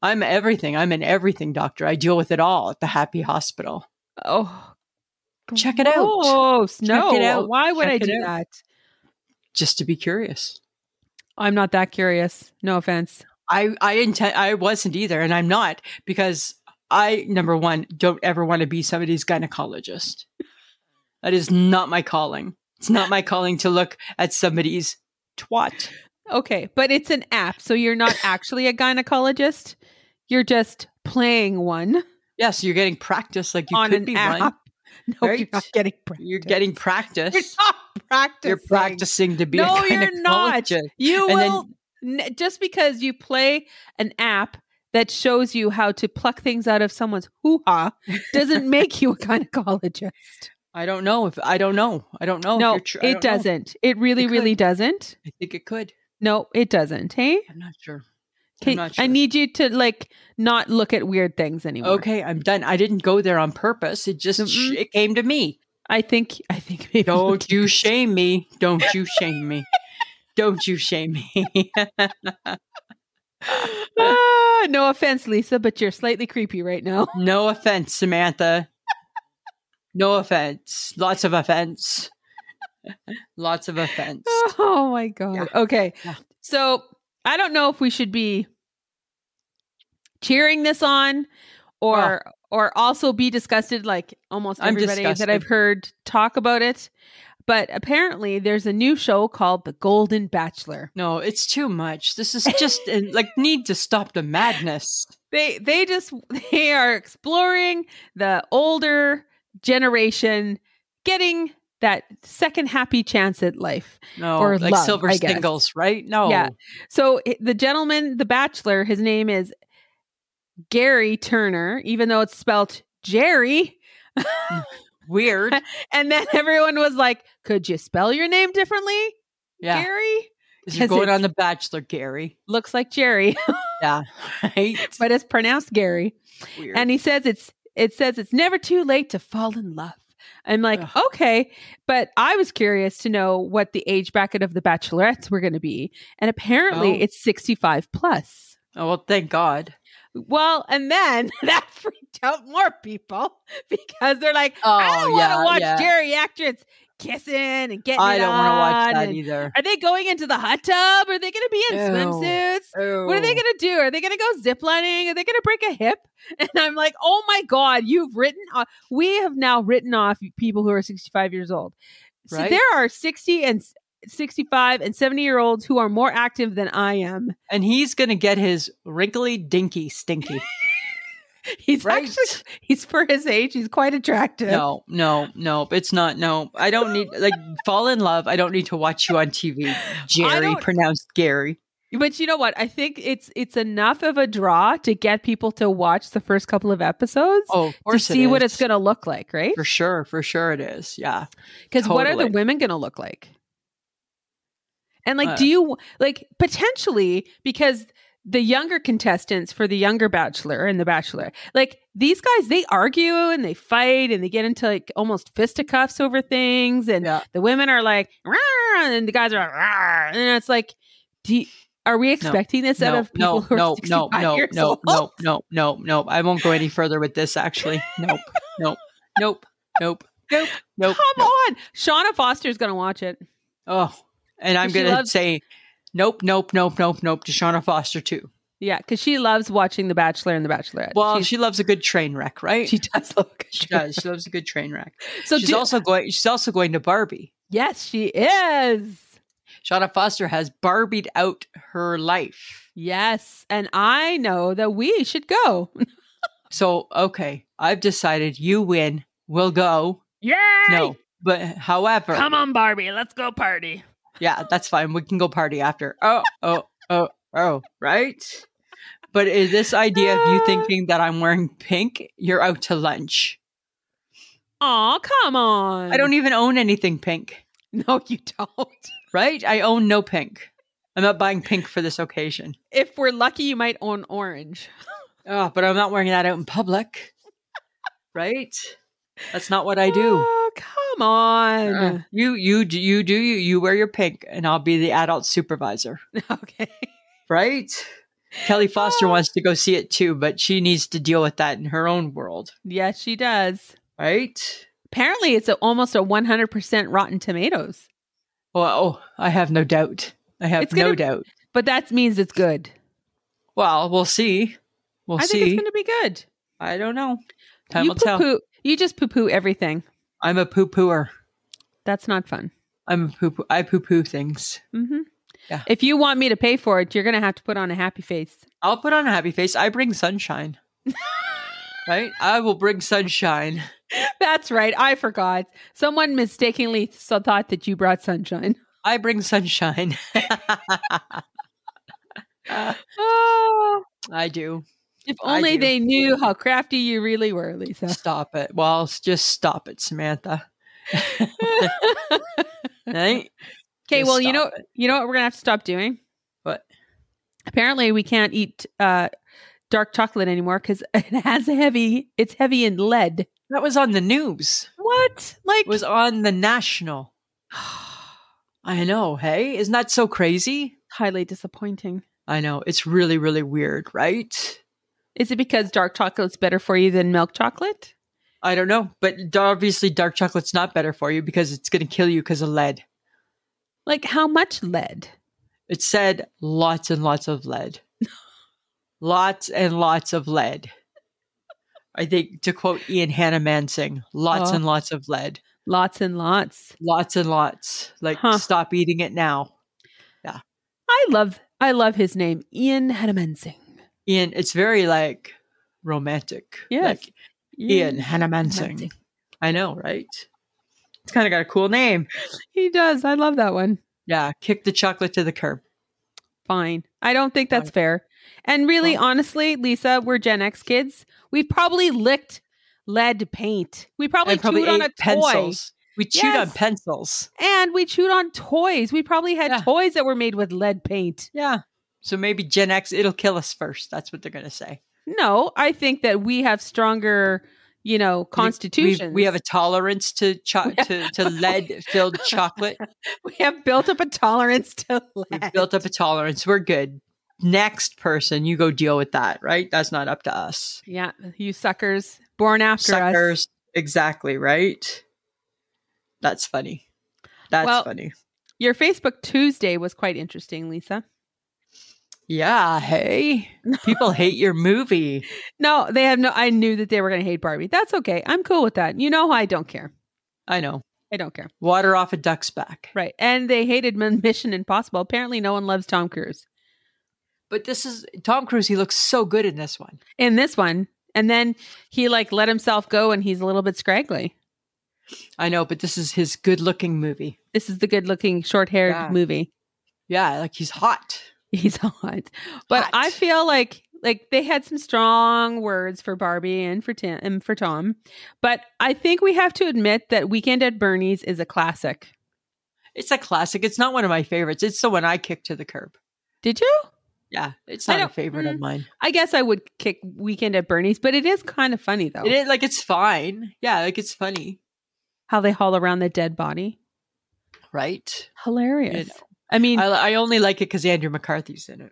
S1: I'm everything. I'm an everything doctor. I deal with it all at the happy hospital.
S2: Oh,
S1: Check it out.
S2: gross. no.
S1: it out.
S2: Why would
S1: Check
S2: I
S1: it
S2: do
S1: out.
S2: that?
S1: Just to be curious.
S2: I'm not that curious. No offense.
S1: I I intend I wasn't either, and I'm not because I number one don't ever want to be somebody's gynecologist. That is not my calling. It's not my calling to look at somebody's twat.
S2: Okay, but it's an app, so you're not actually a gynecologist. You're just playing one
S1: Yes, you're getting practice like you
S2: on
S1: could
S2: an
S1: be
S2: app.
S1: one.
S2: No, you're
S1: Right.
S2: not getting practice.
S1: You're getting
S2: You're
S1: practice.
S2: not practicing.
S1: You're practicing to be
S2: No,
S1: a
S2: you're not.
S1: gynecologist.
S2: You
S1: And
S2: will n- just because you play an app that shows you how to pluck things out of someone's hoo ha doesn't make you a gynecologist.
S1: I don't know if I don't know. I don't know. Oh, if
S2: no,
S1: you're tr- I
S2: it
S1: don't know.
S2: doesn't. It really,
S1: It
S2: really doesn't.
S1: I think it could.
S2: No, it doesn't. Hey,
S1: I'm not sure.
S2: Okay,
S1: not
S2: I
S1: sure.
S2: need you to like not look at weird things anymore.
S1: Okay, I'm done. I didn't go there on purpose. It just sh-
S2: Mm-mm.
S1: it came to me.
S2: I think I think maybe
S1: Don't you shame me. Don't you shame me. Don't you shame me.
S2: Ah, no offense, Lisa, but you're slightly creepy right now.
S1: no offense, Samantha. No offense. Lots of offense. Lots of offense.
S2: Oh my god.
S1: Yeah.
S2: Okay.
S1: Yeah.
S2: So I don't know if we should be cheering this on or or also be disgusted like almost
S1: I'm
S2: everybody that
S1: disgusted.
S2: I've heard talk about it. But apparently there's a new show called The Golden Bachelor.
S1: No, it's too much. This is just and, like need to stop the madness.
S2: They they just they are exploring the older generation getting that second happy chance at life.
S1: No,
S2: Or
S1: like
S2: love,
S1: silver
S2: I guess.
S1: singles, right? No.
S2: Yeah. So i- the gentleman, the bachelor, his name is Gary Turner, even though it's spelt Jerry.
S1: Weird.
S2: And then everyone was like, could you spell your name differently,
S1: Yeah.
S2: Gary?
S1: Is
S2: Yes,
S1: it going
S2: it's-
S1: on The Bachelor, Gary?
S2: Looks like Jerry,
S1: Yeah. Right?
S2: but it's pronounced Gary.
S1: Weird.
S2: And he says it's it says it's never too late to fall in love. I'm like,
S1: Ugh.
S2: okay, but I was curious to know what the age bracket of the bachelorettes were going to be. And apparently
S1: Oh.
S2: it's 65 plus.
S1: oh, well, thank God.
S2: Well, and then that freaked out more people because they're like,
S1: Oh,
S2: I don't want to
S1: yeah,
S2: watch
S1: yeah.
S2: Jerry actors kissing and getting
S1: I
S2: it
S1: don't
S2: on.
S1: want to watch that
S2: and
S1: either.
S2: Are they going into the hot tub? Are they going to be in
S1: Ew.
S2: swimsuits? What are they going to do? Are they going to go ziplining? Are they going to break a hip? And I'm like, oh my God, you've written off. We have now written off people who are 65 years old. So
S1: Right.
S2: there are 60 and 65 and 70 year olds who are more active than I am.
S1: Oh. And he's going to get his wrinkly dinky stinky.
S2: He's
S1: Right.
S2: actually he's for his age. He's quite attractive.
S1: no, no, no. It's not. No, I don't need, like, fall in love. I don't need to watch you on TV. Jerry,
S2: don't-
S1: pronounced Gary.
S2: But you know what? I think it's it's enough of a draw to get people to watch the first couple of episodes
S1: Oh, of
S2: to
S1: course it
S2: see what it's
S1: is.
S2: going to look like, right?
S1: For sure. For sure it is. Yeah.
S2: Because what are the
S1: Totally.
S2: women going to look like? And like,
S1: Uh,
S2: do you like potentially because the younger contestants for the younger bachelor and the bachelor, like these guys, they argue and they fight and they get into like almost fisticuffs over things, and
S1: Yeah.
S2: the women are like, "Rah," and the guys are like, "Rah," and it's like, do you- are we expecting this out
S1: No,
S2: of people
S1: no,
S2: who are
S1: no, no,
S2: 65
S1: no,
S2: years
S1: no,
S2: old?
S1: no, no, no, no. I won't go any further with this, actually. Nope, nope, nope, nope, nope, nope.
S2: Come
S1: nope.
S2: on, Shauna Foster's gonna watch it.
S1: Oh, and I'm
S2: She
S1: going to
S2: loves-
S1: say nope, nope, nope, nope, nope to Shauna Foster, too.
S2: Yeah, because she loves watching The Bachelor and The Bachelorette.
S1: Well,
S2: She's-
S1: she loves a good train wreck, right?
S2: she does look.
S1: She does. She loves a good train wreck.
S2: So
S1: she's
S2: do-
S1: also going. She's also going to Barbie.
S2: yes, she is.
S1: Shauna Foster has Barbied out her life.
S2: Yes, and I know that we should go.
S1: So okay, I've decided. You win. We'll go.
S2: Yay!
S1: No, but however,
S2: on, Barbie. Let's go party.
S1: yeah, that's fine. We can go party after. Oh, oh, oh, oh, right. But is this idea of you thinking that I'm wearing pink? You're out to lunch.
S2: Aw, come on.
S1: I don't e- even own anything pink,
S2: No, you don't.
S1: right? I own no pink. I'm not buying pink for this occasion.
S2: If we're lucky, you might own orange.
S1: Oh, but I'm not wearing that out in public, right? That's not what I do.
S2: Oh, come on.
S1: Uh, You, you, do- you do you. You wear your pink, and I'll be the adult supervisor,
S2: okay.
S1: right? Kelly Foster wants to go see it too, but she needs to deal with that in her own world,
S2: Yes, she does.
S1: right?
S2: Apparently, it's a, almost a 100% Rotten Tomatoes,
S1: Well, oh, I have no doubt. I have
S2: It's
S1: no
S2: gonna-
S1: doubt.
S2: but that means it's good.
S1: Well, we'll see. We'll
S2: I
S1: see.
S2: think it's going to be good.
S1: I don't know. Time
S2: you
S1: will tell.
S2: poo-poo- You just poo poo everything.
S1: I'm a poo pooer.
S2: That's not fun.
S1: I'm a poo poo. I poo poo things.
S2: hmm
S1: Yeah.
S2: If you want me to pay for it, you're going to have to put on a happy face.
S1: I'll put on a happy face. I bring sunshine. right? I will bring sunshine.
S2: That's right. I forgot. Someone mistakenly so thought that you brought sunshine.
S1: I bring sunshine.
S2: Oh,
S1: I do.
S2: if
S1: Ah, I
S2: only
S1: do.
S2: they knew how crafty you really were, Lisa.
S1: Stop it. Well, s- just stop it, Samantha. Right?
S2: Okay,
S1: Just
S2: well, you know,
S1: stop
S2: you know what we're gonna have to stop doing.
S1: What?
S2: Apparently, we can't eat uh, dark chocolate anymore because it has a heavy. It's heavy in lead.
S1: That was on the news.
S2: What? Like,
S1: It was on the national. I know, hey? Isn't that so crazy?
S2: highly disappointing.
S1: I know. It's really, really weird, right?
S2: Is it because dark chocolate's better for you than milk chocolate?
S1: I don't know, but d- obviously dark chocolate's not better for you because it's going to kill you because of lead.
S2: Like, how much lead?
S1: It said lots and lots of lead. lots and lots of lead. I think to quote Ian Hannah Mansing, lots
S2: Oh.
S1: and lots of lead.
S2: Lots and lots.
S1: Lots and lots. Like
S2: Huh.
S1: stop eating it now.
S2: I love. I love his name, Ian Hedemensing.
S1: Ian, it's very like romantic.
S2: Yes.
S1: Like Ian Hannah Mansing.
S2: Mansing.
S1: I know, right? It's kind of got a cool name.
S2: He does. I love that one.
S1: Yeah, kick the chocolate to the curb.
S2: fine. I don't think that's
S1: Fine.
S2: fair. And really,
S1: Well-
S2: honestly, Lisa, we're Gen X kids. We probably licked lead paint. We probably,
S1: and probably
S2: chewed on
S1: ate
S2: a
S1: pencils. We chewed on
S2: Yes.
S1: pencils.
S2: toy, and we chewed on toys. We probably had
S1: Yeah.
S2: toys that were made with lead paint.
S1: Yeah. So maybe Gen X, it'll kill us first. That's what they're going to say.
S2: No, I think that we have stronger, you know,
S1: We,
S2: constitutions.
S1: we have a tolerance to cho- to, to lead filled chocolate.
S2: we have built up a tolerance to
S1: We've
S2: lead.
S1: built up a tolerance. We're good. Next person, you go deal with that, right? That's not up to us.
S2: yeah, you suckers, born after us.
S1: Suckers. Exactly, right? That's funny. That's
S2: Well-
S1: funny.
S2: Your Facebook Tuesday was quite interesting, Lisa.
S1: Yeah. Hey, people hate your movie.
S2: No, they have no. I knew that they were going to hate Barbie. That's okay. I'm cool with that. You know, I don't care.
S1: I know.
S2: I don't care.
S1: Water off a duck's back.
S2: Right. And they hated Min- Mission Impossible. Apparently, no one loves Tom Cruise
S1: But this is Tom Cruise. He looks so good in this one.
S2: in this one. And then he like let himself go, and he's a little bit scraggly.
S1: I know, but this is his good looking movie.
S2: This is the good-looking, short-haired
S1: Yeah.
S2: movie.
S1: Yeah, like he's hot.
S2: He's hot, but
S1: Hot.
S2: I feel like like they had some strong words for Barbie and for Tim and for Tom. But I think we have to admit that Weekend at Bernie's is a classic.
S1: It's a classic. It's not one of my favorites. It's the one I kicked to the curb.
S2: Did you?
S1: Yeah, it's
S2: I
S1: not a
S2: don't-
S1: favorite of
S2: mm,
S1: mine.
S2: I guess I would kick Weekend at Bernie's, but it is kind of funny though
S1: It is like it's fine. Yeah, like it's funny,
S2: how they haul around the dead body.
S1: right?
S2: Hilarious.
S1: You know.
S2: I mean,
S1: I, I only like it because Andrew McCarthy's in it.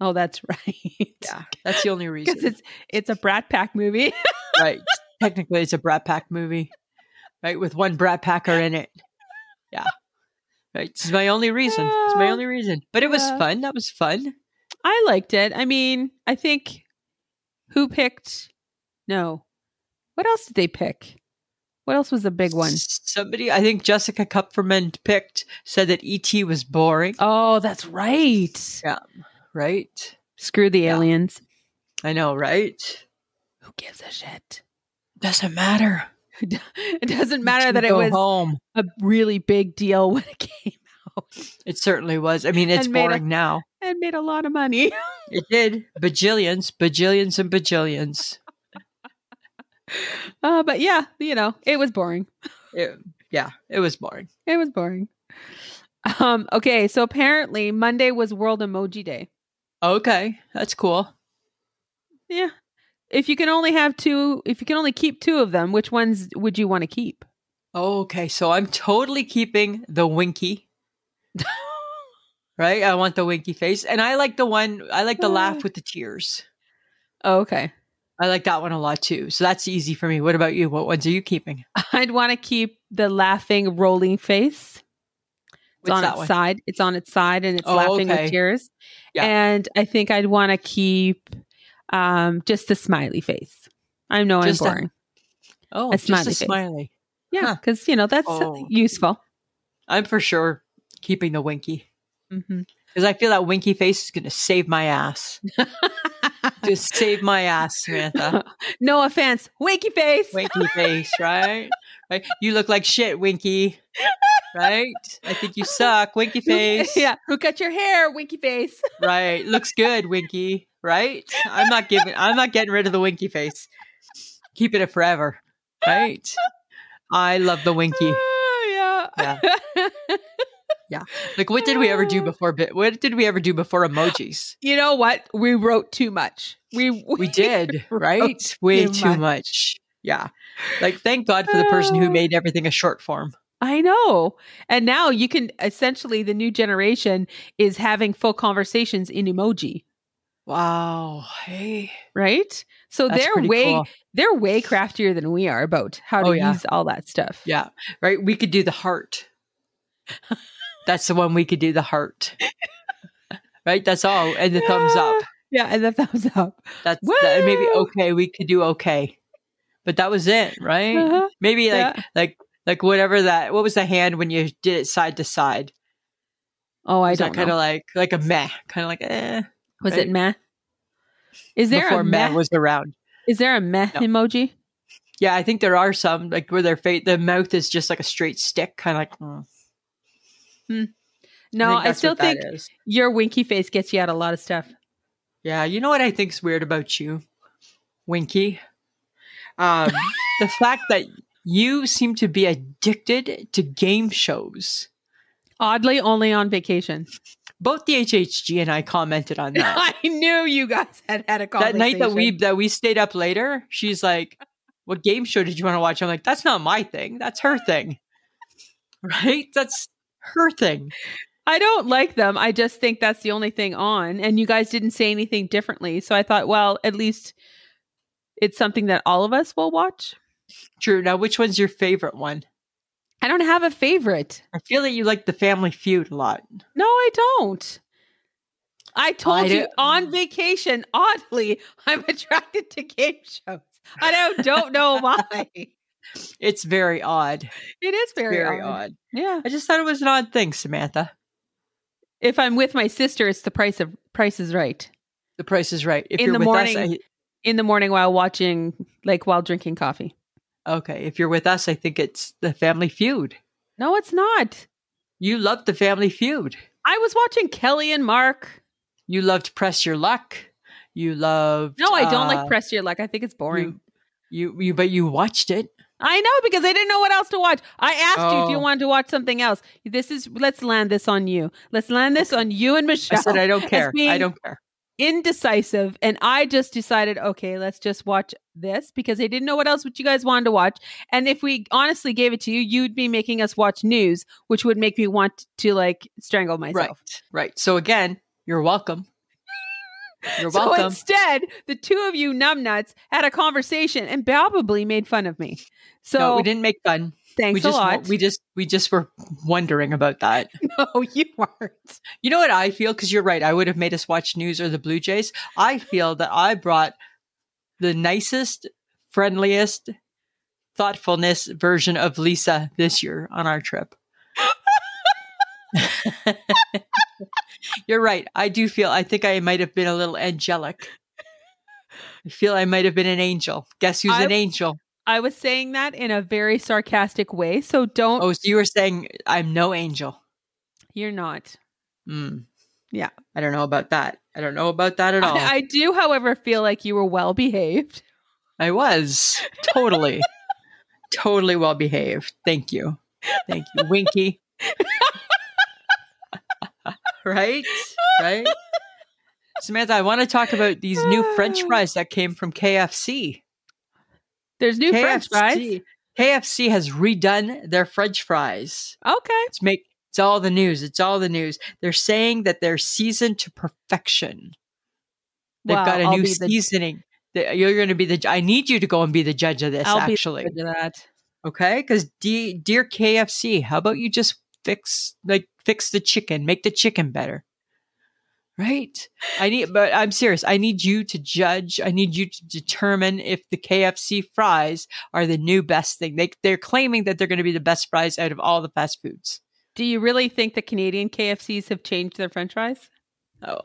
S2: oh, that's right.
S1: Yeah, that's the only
S2: because
S1: reason.
S2: it's it's a Brat Pack movie.
S1: right. Technically, it's a Brat Pack movie, right? With one Brat Packer in it. Yeah. Right. It's my only reason. It's my
S2: Yeah.
S1: only reason. But it was
S2: Yeah.
S1: fun. That was fun.
S2: I liked it. I mean, I think who picked? No, what else did they pick? What else was the big one?
S1: Somebody, I think Jessica Kupferman picked, said that E.T. was boring,
S2: Oh, that's right.
S1: right?
S2: Screw the
S1: Yeah.
S2: aliens.
S1: I know, right?
S2: Who gives a shit?
S1: Doesn't matter.
S2: It doesn't
S1: You
S2: matter
S1: can
S2: that it
S1: go
S2: was
S1: home.
S2: a really big deal when it came
S1: It certainly was. I mean, it's
S2: And made a-
S1: boring now.
S2: and made a lot of money.
S1: It did bajillions, bajillions, and bajillions.
S2: Uh, but yeah, you know, it was boring.
S1: It- yeah, it was boring.
S2: It was boring. Um, okay, so apparently Monday was World Emoji Day.
S1: Okay, that's cool.
S2: Yeah. If you can only have two, if you can only keep two of them, which ones would you want to keep?
S1: Okay, so I'm totally keeping the winky. right? I want the winky face. And I like the one, I like the
S2: Mm.
S1: laugh with the tears.
S2: Oh, okay.
S1: I like that one a lot too. So that's easy for me. What about you? What ones are you keeping?
S2: I'd want to keep the laughing, rolling face. It's
S1: What's
S2: on
S1: that
S2: its
S1: one?
S2: side. It's on its side and it's
S1: Oh,
S2: laughing
S1: okay.
S2: with tears.
S1: Yeah.
S2: And I think I'd want to keep um, just the smiley face. I know
S1: Just a-
S2: I'm boring.
S1: Oh,
S2: A
S1: it's
S2: smiley
S1: just a
S2: face.
S1: smiley.
S2: yeah,
S1: huh.
S2: because, you know, that's
S1: Oh.
S2: useful.
S1: I'm for sure keeping the winky
S2: hmm
S1: because I feel that winky face is going to save my ass. Just save my ass, Samantha.
S2: no offense. Wakey face.
S1: Winky face, right? Right. You look like shit, Winky. Right? I think you suck, Winky
S2: Who-
S1: face.
S2: yeah. Who cut your hair? Winky face.
S1: Right. Looks good, Winky. Right? I'm not giving I'm not getting rid of the Winky face. Keeping it forever. Right? I love the Winky.
S2: Oh, yeah.
S1: Like what did we ever do before bi- what did we ever do before emojis?
S2: you know what? We wrote too much. We we,
S1: We did, right? Way
S2: too
S1: too much. Yeah. Like thank God for the person who made everything a short form.
S2: I know. And now you can essentially the new generation is having full conversations in emoji,
S1: Wow. Hey.
S2: right? So
S1: That's
S2: they're
S1: pretty
S2: way
S1: cool.
S2: they're way craftier than we are about how to
S1: Oh, yeah.
S2: use all that stuff.
S1: Yeah. Right. We could do the heart. That's the one we could do the heart. right. That's all. And the thumbs up.
S2: Yeah, and the thumbs up.
S1: That's that, and maybe
S2: Woo!
S1: okay. We could do okay. But that was it, right?
S2: Uh-huh.
S1: Maybe like
S2: Yeah.
S1: like like whatever that. What was the hand when you did it side to side?
S2: Oh, I
S1: Was
S2: don't
S1: that kind
S2: know.
S1: of like like a meh, kind of like eh.
S2: was
S1: right?
S2: it meh? Is there
S1: before
S2: a meh?
S1: meh was around?
S2: is there a meh
S1: No.
S2: emoji?
S1: Yeah, I think there are some like where their fate the mouth is just like a straight stick, kind of like. mm.
S2: No,
S1: think
S2: I,
S1: that's
S2: still
S1: what that
S2: think
S1: is.
S2: your winky face gets you out a lot of stuff.
S1: Yeah, you know what I think's weird about you, Winky? Um, the fact that you seem to be addicted to game shows.
S2: Oddly, only on vacation.
S1: Both the HHG and I commented on that.
S2: I knew you guys had had a
S1: that
S2: conversation.
S1: night that we that we stayed up later, she's like, "What game show did you want to watch?" I'm like, "That's not my thing. That's her thing, right? That's her thing."
S2: I don't like them. I just think that's the only thing on. And you guys didn't say anything differently. So I thought, well, at least it's something that all of us will watch.
S1: True. Now, which one's your favorite one?
S2: I don't have a favorite.
S1: I feel that you like the Family Feud a lot.
S2: No, I don't. I told
S1: I
S2: you
S1: don't-
S2: on vacation, oddly, I'm attracted to game shows. I don't don't know why. It
S1: It's very odd.
S2: is very,
S1: Very
S2: odd.
S1: odd.
S2: Yeah.
S1: I just thought it was an odd thing, Samantha.
S2: If I'm with my sister, it's the price of price is right.
S1: The Price is Right. If
S2: In
S1: you're
S2: the
S1: with us,
S2: morning. In the morning while watching like while drinking coffee.
S1: I, okay. If you're with us, I think it's the Family Feud.
S2: No, it's not.
S1: You loved the Family Feud.
S2: I was watching Kelly and Mark.
S1: You loved Press Your Luck. You loved.
S2: No, I don't
S1: uh,
S2: like Press Your Luck. I think it's boring.
S1: You, you, you, but you watched it.
S2: I know because I didn't know what else to watch. I asked you, do you
S1: Oh.
S2: want to watch something else? This is let's land this on you. Let's land this on you and Michelle.
S1: I said I don't care. I
S2: being-
S1: don't care.
S2: Indecisive, and I just decided, okay, let's just watch this because I didn't know what else what you guys wanted to watch. And if we honestly gave it to you, you'd be making us watch news, which would make me want to like strangle
S1: Right,
S2: myself.
S1: right. So again, you're welcome. You're
S2: So
S1: welcome.
S2: instead, the two of you numbnuts had a conversation and probably made fun of me. So
S1: no, we didn't make fun.
S2: thanks
S1: we just
S2: a
S1: wa-
S2: lot.
S1: we just we just were wondering about that.
S2: No, you weren't.
S1: You know what I feel? Because you're right. I would have made us watch news or the Blue Jays. I feel that I brought the nicest, friendliest, thoughtfulness version of Lisa this year on our trip. you're right. I do feel, I think I might have been a little angelic. I feel I might have been an angel. Guess who's
S2: I-
S1: an angel?
S2: I was saying that in a very sarcastic way. So don't.
S1: Oh, so you were saying I'm no angel.
S2: You're not.
S1: Mm.
S2: Yeah.
S1: I don't know about that. I don't know about that at all.
S2: I, I do, however, feel like you were well behaved.
S1: I was totally, totally well behaved. Thank you. Thank you, Winky. right? Right? Samantha, I want to talk about these new French fries that came from KFC.
S2: There's new
S1: KFC,
S2: French fries.
S1: KFC has redone their French fries.
S2: Okay.
S1: It's make it's It's all the news. It's all the news. They're saying that they're seasoned to perfection. They've
S2: Well,
S1: got a
S2: I'll
S1: new
S2: be the-
S1: seasoning. That- You're going to be the. I need you to go and be the judge of this.
S2: I'll be
S1: actually,
S2: good to that.
S1: Okay, because D- dear KFC, how about you just fix like fix the chicken, make the chicken better, right? I need, but I'm serious. I need you to judge. I need you to determine if the KFC fries are the new best thing. They they're claiming that they're going to be the best fries out of all the fast foods.
S2: Do you really think the Canadian KFCs have changed their French fries?
S1: Oh,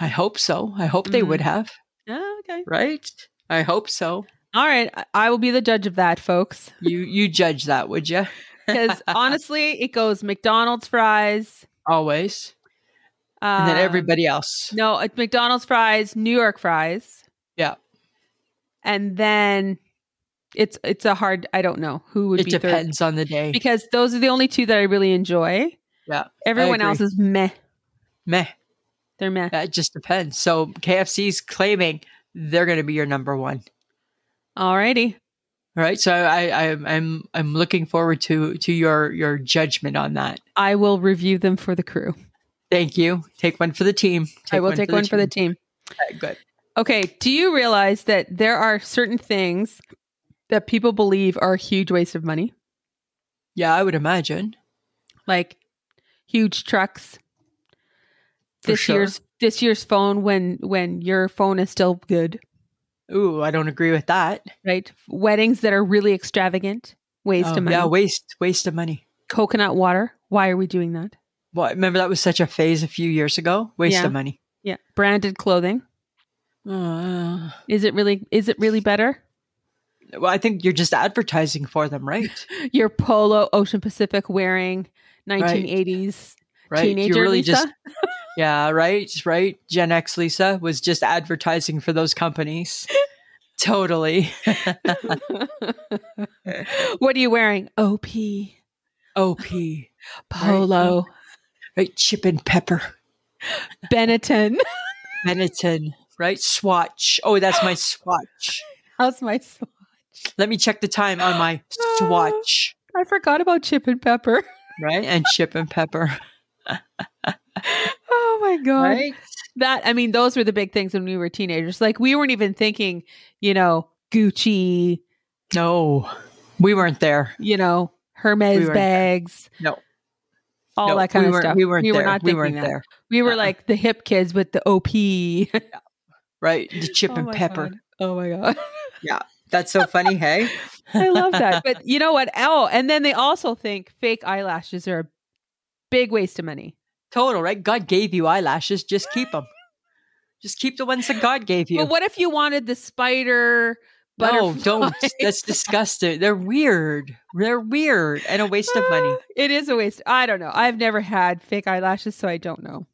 S1: I hope so. I hope they would have,
S2: Oh, okay.
S1: right? I hope so.
S2: All right. I- I will be the judge of that, folks.
S1: You you judge that, would you?
S2: Because honestly, it goes McDonald's fries.
S1: Always,
S2: Um,
S1: and then everybody else.
S2: No, it's McDonald's fries, New York fries.
S1: Yeah.
S2: And then it's it's a hard I don't know who would
S1: It
S2: be third
S1: depends on the day.
S2: because those are the only two that I really enjoy.
S1: Yeah,
S2: Everyone else is meh.
S1: Meh.
S2: They're meh.
S1: That Uh, just depends. So KFC's claiming they're going to be your number one.
S2: Alrighty.
S1: All right. So I, I, I'm, I'm, I'm looking forward to to your your judgment on that.
S2: I will review them for the crew.
S1: Thank you. Take one for the team.
S2: I will take one for the team.
S1: Okay, good.
S2: Okay. Do you realize that there are certain things that people believe are a huge waste of money?
S1: Yeah, I would imagine.
S2: Like huge trucks.
S1: For
S2: this
S1: sure.
S2: year's this year's phone when when your phone is still good,
S1: Ooh, I don't agree with that.
S2: right? Weddings that are really extravagant, waste
S1: Oh,
S2: of money.
S1: Yeah, waste, waste of money.
S2: Coconut water. Why are we doing that?
S1: Well, remember that was such a phase a few years ago. Waste
S2: Yeah.
S1: of money.
S2: Yeah. Branded clothing.
S1: Uh,
S2: Is it really is it really better?
S1: well, I think you're just advertising for them, right?
S2: Your polo Ocean Pacific wearing 1980s
S1: Right.
S2: teenager
S1: you're really
S2: Lisa?
S1: just Yeah, right, right. Gen X Lisa was just advertising for those companies. totally.
S2: what are you wearing? OP
S1: OP.
S2: polo
S1: Oh. Right, chip and pepper.
S2: Benetton.
S1: Benetton. Right, swatch. Oh, that's my swatch.
S2: How's my? s-
S1: Let me check the time on my swatch.
S2: I forgot about chip and pepper.
S1: Right, and chip and pepper.
S2: Oh my god!
S1: Right.
S2: That I mean, those were the big things when we were teenagers. Like we weren't even thinking, you know, Gucci,
S1: No, we weren't there.
S2: you know, Hermes
S1: We weren't there.
S2: bags,
S1: No,
S2: all
S1: no,
S2: that kind
S1: we
S2: of
S1: weren't-
S2: stuff.
S1: We weren't
S2: we
S1: there.
S2: were not
S1: we
S2: thinking
S1: weren't
S2: that.
S1: there.
S2: We were
S1: Uh-uh.
S2: like the hip kids with the OP
S1: Right, the chip
S2: Oh
S1: and
S2: my
S1: pepper.
S2: God. Oh my god.
S1: That's so funny. Hey,
S2: I love that. But you know what? Oh, and then they also think fake eyelashes are a big waste of money.
S1: total. Right, God gave you eyelashes. Just keep them. Just keep the ones that God gave you.
S2: But what if you wanted the spider
S1: No,
S2: butterfly?
S1: don't. That's disgusting. They're weird. They're weird and a waste of money.
S2: It is a waste. I don't know. I've never had fake eyelashes, so I don't know.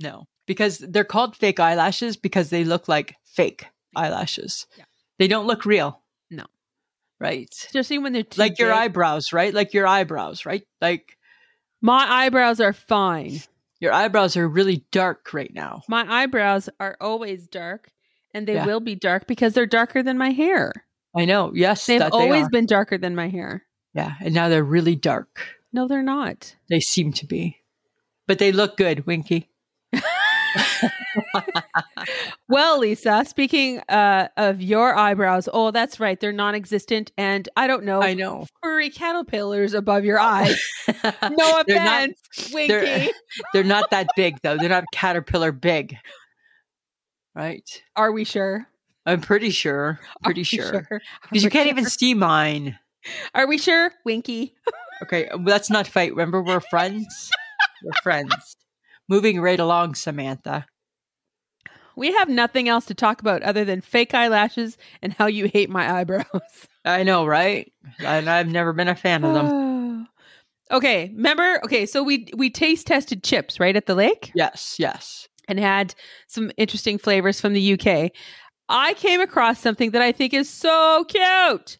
S1: No, because they're called fake eyelashes because they look like fake eyelashes.
S2: Yeah.
S1: They don't look real.
S2: No.
S1: Right.
S2: Especially when they're too
S1: Like your
S2: big.
S1: eyebrows, right? Like your eyebrows, right? Like
S2: My eyebrows are fine.
S1: your eyebrows are really dark right now.
S2: My eyebrows are always dark, and they
S1: Yeah.
S2: will be dark because they're darker than my hair.
S1: I know. Yes,
S2: They've
S1: that
S2: always
S1: they are.
S2: been darker than my hair.
S1: Yeah, and now they're really dark.
S2: No, they're not.
S1: They seem to be, but they look good, Winky.
S2: Well, Lisa, speaking uh, of your eyebrows, oh, that's right. They're non existent. And I don't know,
S1: I know.
S2: furry caterpillars above your eyes. No
S1: They're not-
S2: offense, Winky.
S1: They're, they're not that big though. They're not caterpillar big. Right?
S2: Are we sure?
S1: I'm pretty sure.
S2: Are
S1: Pretty
S2: we
S1: sure.
S2: Are
S1: Because you
S2: we
S1: can't
S2: sure?
S1: even see mine.
S2: Are we sure, Winky?
S1: Okay, well, let's not fight. Remember, we're friends. we're friends. Moving right along, Samantha.
S2: We have nothing else to talk about other than fake eyelashes and how you hate my eyebrows.
S1: I know, right? And I've never been a fan of them.
S2: okay, remember? Okay, so we we taste tested chips right at the lake
S1: Yes, yes.
S2: and had some interesting flavors from the UK. I came across something that I think is so cute.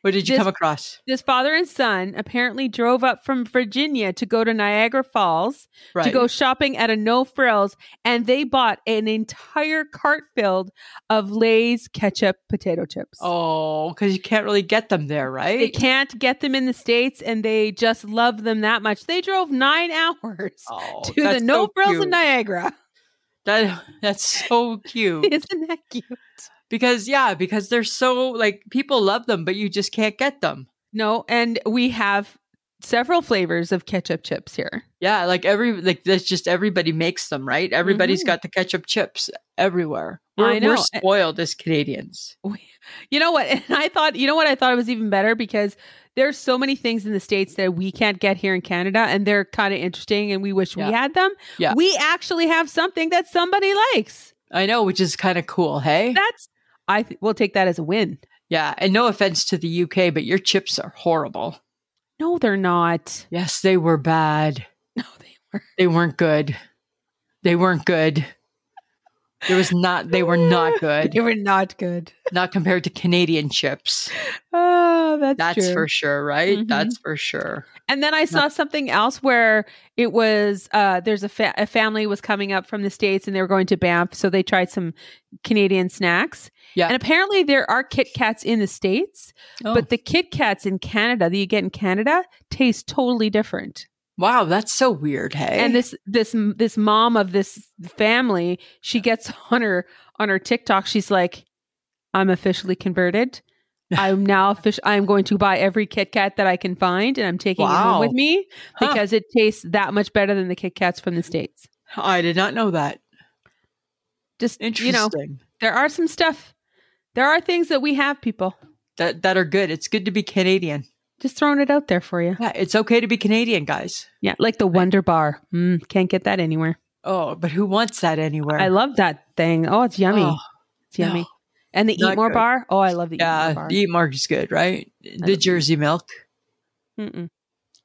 S1: What did you
S2: This-
S1: come across?
S2: This father and son apparently drove up from Virginia to go to Niagara Falls
S1: Right.
S2: to go shopping at a no frills, and they bought an entire cart filled of Lay's ketchup potato chips.
S1: oh, because you can't really get them there,
S2: They
S1: right?
S2: can't get them in the States and they just love them that much. They drove nine hours
S1: Oh,
S2: to the
S1: that's
S2: no
S1: so
S2: frills
S1: cute.
S2: in Niagara.
S1: That that's so cute
S2: Isn't that cute?
S1: because yeah, because they're so like people love them, but you just can't get them.
S2: No, and we have several flavors of ketchup chips here.
S1: Yeah, like every like that's just everybody makes them, right? Everybody's
S2: Mhm.
S1: got the ketchup chips everywhere.
S2: I
S1: We're,
S2: know. eh
S1: we're spoiled as Canadians.
S2: You know what? And I thought, you know what? I thought it was even better because there's so many things in the States that we can't get here in Canada and they're kind of interesting and we wish
S1: Yeah.
S2: we had them.
S1: Yeah.
S2: We actually have something that somebody likes.
S1: I know, which is kind of cool, hey?
S2: That's, I th- we'll take that as a win.
S1: Yeah, and no offense to the UK, but your chips are horrible.
S2: No, they're not.
S1: Yes, they were bad.
S2: No, they were.
S1: They weren't good. They weren't good. There was not they were not good.
S2: They were not good.
S1: Not compared to Canadian chips.
S2: Oh, that's,
S1: That's
S2: true.
S1: for sure, right?
S2: Mhm.
S1: That's for sure.
S2: And then I saw something else where it was uh, there's a, fa- a family was coming up from the states and they were going to Banff, so they tried some Canadian snacks.
S1: Yeah.
S2: and apparently there are Kit Kats in the states,
S1: But
S2: but the Kit Kats in Canada that you get in Canada taste totally different.
S1: wow, that's so weird, hey?
S2: And this this this mom of this family, she gets on her on her TikTok, she's like, "I'm officially converted." I'm now official. I'm going to buy every Kit Kat that I can find, and I'm taking it
S1: Wow.
S2: home with me
S1: Huh.
S2: because it tastes that much better than the Kit Kats from the States.
S1: I did not know that.
S2: Just
S1: Interesting.
S2: you know, there are some stuff. There are things that we have, people.
S1: that that are good. It's good to be Canadian.
S2: Just throwing it out there for you.
S1: Yeah, it's okay to be Canadian, guys.
S2: Yeah, like the Wonder Bar. Mm, can't get that anywhere.
S1: Oh, but who wants that anywhere?
S2: I love that thing. Oh, it's yummy.
S1: Oh,
S2: it's yummy.
S1: no.
S2: And the Eat
S1: Not
S2: More
S1: good.
S2: Bar. Oh, I love the Eat More
S1: yeah,
S2: Bar.
S1: the eat mark is good, right? The
S2: love
S1: Jersey milk.
S2: Mm-mm.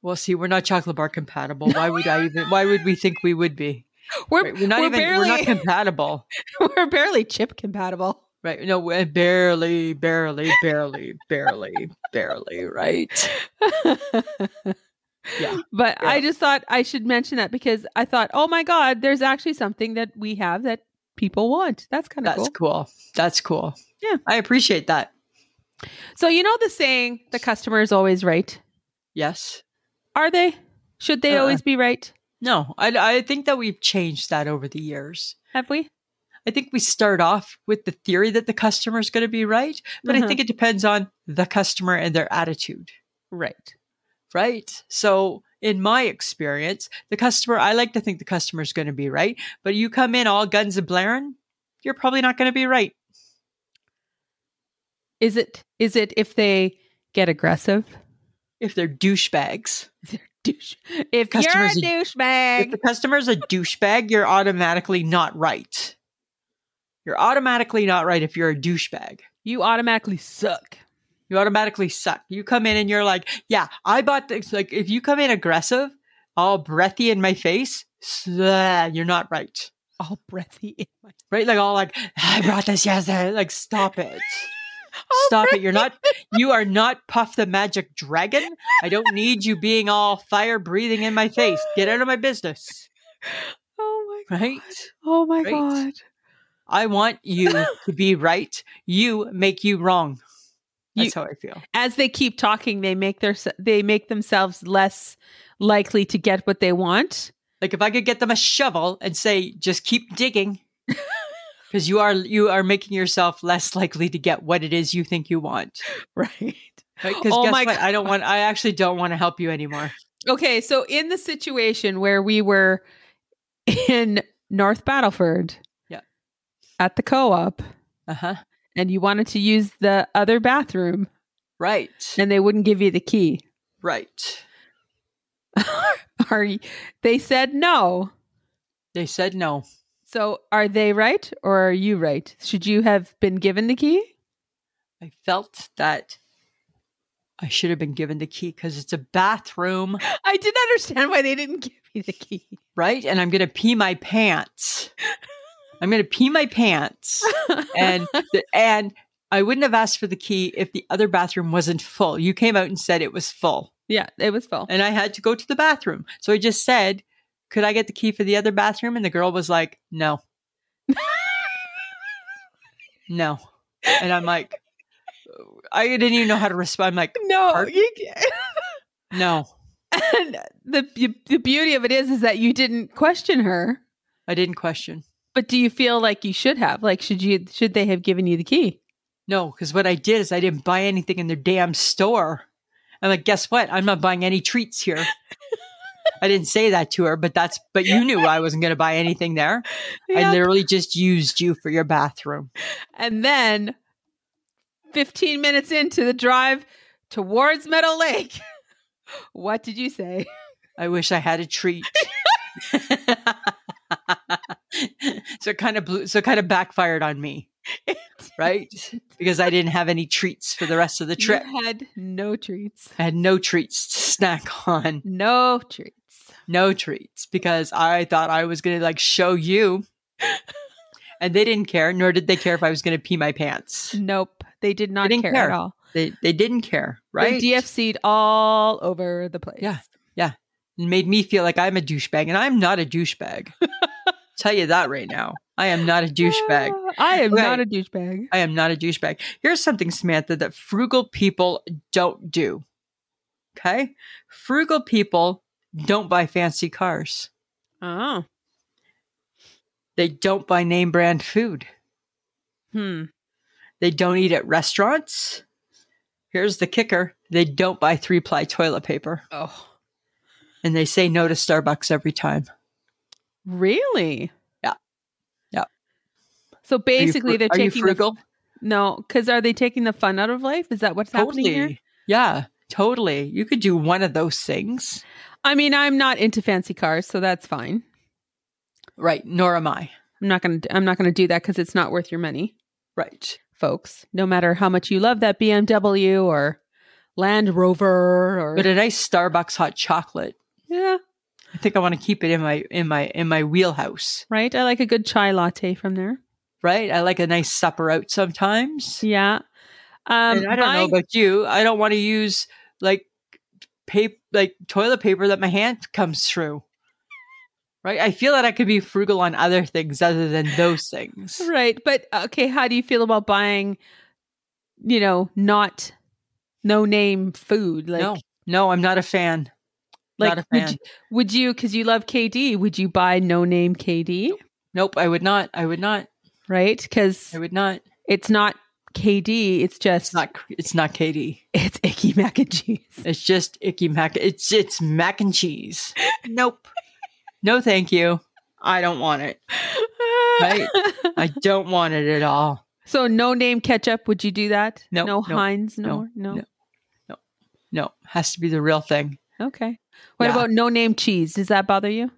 S1: Well, see, we're not chocolate bar compatible. Why would I even? Why would we think we would be?
S2: We're
S1: Right? We're not
S2: we're
S1: even.
S2: barely
S1: We're not compatible,
S2: we're barely chip compatible.
S1: right? No, we're barely, barely, barely, barely, barely, right? Yeah.
S2: But I
S1: Yeah.
S2: just thought I should mention that because I thought, oh my God, there's actually something that we have that people want. That's kind of
S1: That's
S2: cool.
S1: cool. That's cool.
S2: Yeah.
S1: I appreciate that.
S2: So you know the saying, the customer is always right.
S1: Yes.
S2: Are they? Should they
S1: Uh-uh.
S2: always be right?
S1: No, I, I think that we've changed that over the years.
S2: Have we?
S1: I think we start off with the theory that the customer is going to be right, but
S2: Uh-huh.
S1: I think it depends on the customer and their attitude,
S2: Right.
S1: right? So, in my experience, the customer, I like to think the customer is going to be right, but you come in all guns a blaring, you're probably not going to be right.
S2: Is it is it if they get aggressive?
S1: If they're douchebags,
S2: Douche. If
S1: Customers
S2: you're a
S1: if
S2: douchebag.
S1: the customer's a douchebag, you're automatically not right. You're automatically not right if you're a douchebag.
S2: You automatically suck.
S1: you automatically suck. You come in and you're like, yeah, I bought this. Like, if you come in aggressive, all breathy in my face, sleh, you're not right.
S2: All breathy in my
S1: Right? Like, all like, I brought this yesterday. Like, stop it. Stop it. You're not, you are not Puff the Magic Dragon. I don't need you being all fire breathing in my face. Get out of my business.
S2: Oh my
S1: Right?
S2: Oh my
S1: Right.
S2: god.
S1: I want you to be right. You make you wrong. That's
S2: You-
S1: how I feel.
S2: As they keep talking, they make their they make themselves less likely to get what they want.
S1: Like if I could get them a shovel and say, just keep digging. Because you are you are making yourself less likely to get what it is you think you want.
S2: Right.
S1: Because
S2: Oh
S1: guess
S2: my
S1: what? I don't want I actually don't want to help you anymore.
S2: Okay, so in the situation where we were in North Battleford,
S1: Yeah.
S2: at the co-op,
S1: Uh-huh.
S2: and you wanted to use the other bathroom,
S1: Right.
S2: and they wouldn't give you the key.
S1: Right.
S2: Are y- they said no?
S1: They said no.
S2: So are they right or are you right? Should you have been given the key?
S1: I felt that I should have been given the key because it's a bathroom,
S2: I didn't understand why they didn't give you the key.
S1: right? And I'm gonna pee my pants. I'm gonna pee my pants. and th- and I wouldn't have asked for the key if the other bathroom wasn't full. You came out and said it was full,
S2: Yeah, it was full.
S1: and I had to go to the bathroom. So I just said, "Could I get the key for the other bathroom?" And the girl was like, "No." no. And I'm like, I didn't even know how to respond. I'm like,
S2: No,
S1: Pardon?
S2: you can't.
S1: no,
S2: And the be- the beauty of it is, is that you didn't question her.
S1: I didn't question.
S2: But do you feel like you should have? Like, should you? Should they have given you the key?
S1: No, because what I did is I didn't buy anything in their damn store. I'm like, guess what? I'm not buying any treats here. I didn't say that to her, but that's but you knew I wasn't going to buy anything there. I
S2: Yep.
S1: literally just used you for your bathroom.
S2: and then, fifteen minutes into the drive towards Meadow Lake, what did you say?
S1: I wish I had a treat. so it kind of blew, so it kind of backfired on me, right? Because I didn't have any treats for the rest of the trip.
S2: You had no treats.
S1: I had no treats to snack on.
S2: No treats.
S1: no treats because I thought I was going to like show you. and they didn't care, nor did they care if I was going to pee my pants.
S2: Nope. They did not
S1: didn't
S2: care,
S1: care.
S2: at all.
S1: They they didn't care, right?
S2: They DFC'd all over the place.
S1: Yeah. It made me feel like I'm a douchebag, and I'm not a douchebag. Tell you that right now, I am not a douchebag.
S2: Ah, I am
S1: Okay.
S2: not a douchebag.
S1: I am not a douchebag. Here's something, Samantha, that frugal people don't do. Okay, frugal people don't buy fancy cars.
S2: Oh.
S1: They don't buy name brand food.
S2: Hmm.
S1: They don't eat at restaurants. Here's the kicker they don't buy three ply toilet paper.
S2: Oh.
S1: And they say no to Starbucks every time.
S2: Really?
S1: Yeah. Yeah. Are
S2: So
S1: you
S2: basically,
S1: fru-
S2: they're
S1: are you
S2: taking the-
S1: frugal.
S2: no, because are they taking the fun out of life? Is that what's happening here?
S1: totally. Yeah, totally. You could do one of those things.
S2: I mean, I'm not into fancy cars, so that's fine.
S1: Right. Nor am I.
S2: I'm not gonna. I'm not gonna do that because it's not worth your money,
S1: Right.
S2: folks. No matter how much you love that BMW or Land Rover or
S1: But a nice Starbucks hot chocolate.
S2: yeah,
S1: I think I want to keep it in my in my in my wheelhouse.
S2: right. I like a good chai latte from there.
S1: Right? I like a nice supper out sometimes.
S2: Yeah. Um,
S1: and I don't know
S2: buying-
S1: about you. I don't want to use like paper, like toilet paper that my hand comes through. Right? I feel that I could be frugal on other things other than those things.
S2: Right. But okay, how do you feel about buying, you know, not no name food? Like,
S1: no, no, I'm not a fan.
S2: like
S1: not a
S2: would,
S1: fan.
S2: you- would you, because you love KD, would you buy no name KD?
S1: nope, I would not. I would not.
S2: Right? Because
S1: I would not.
S2: it's not KD, it's just,
S1: It's not. It's not Katie.
S2: it's icky mac and cheese.
S1: It's just icky mac. It's it's mac and cheese. Nope. No, thank you. I don't want it. Right. I don't want it at all.
S2: so, no name ketchup, would you do that?
S1: No,
S2: No
S1: no,
S2: Heinz, no, no.
S1: no, No, has to be the real thing.
S2: Okay. What
S1: Yeah.
S2: about no name cheese? Does that bother you?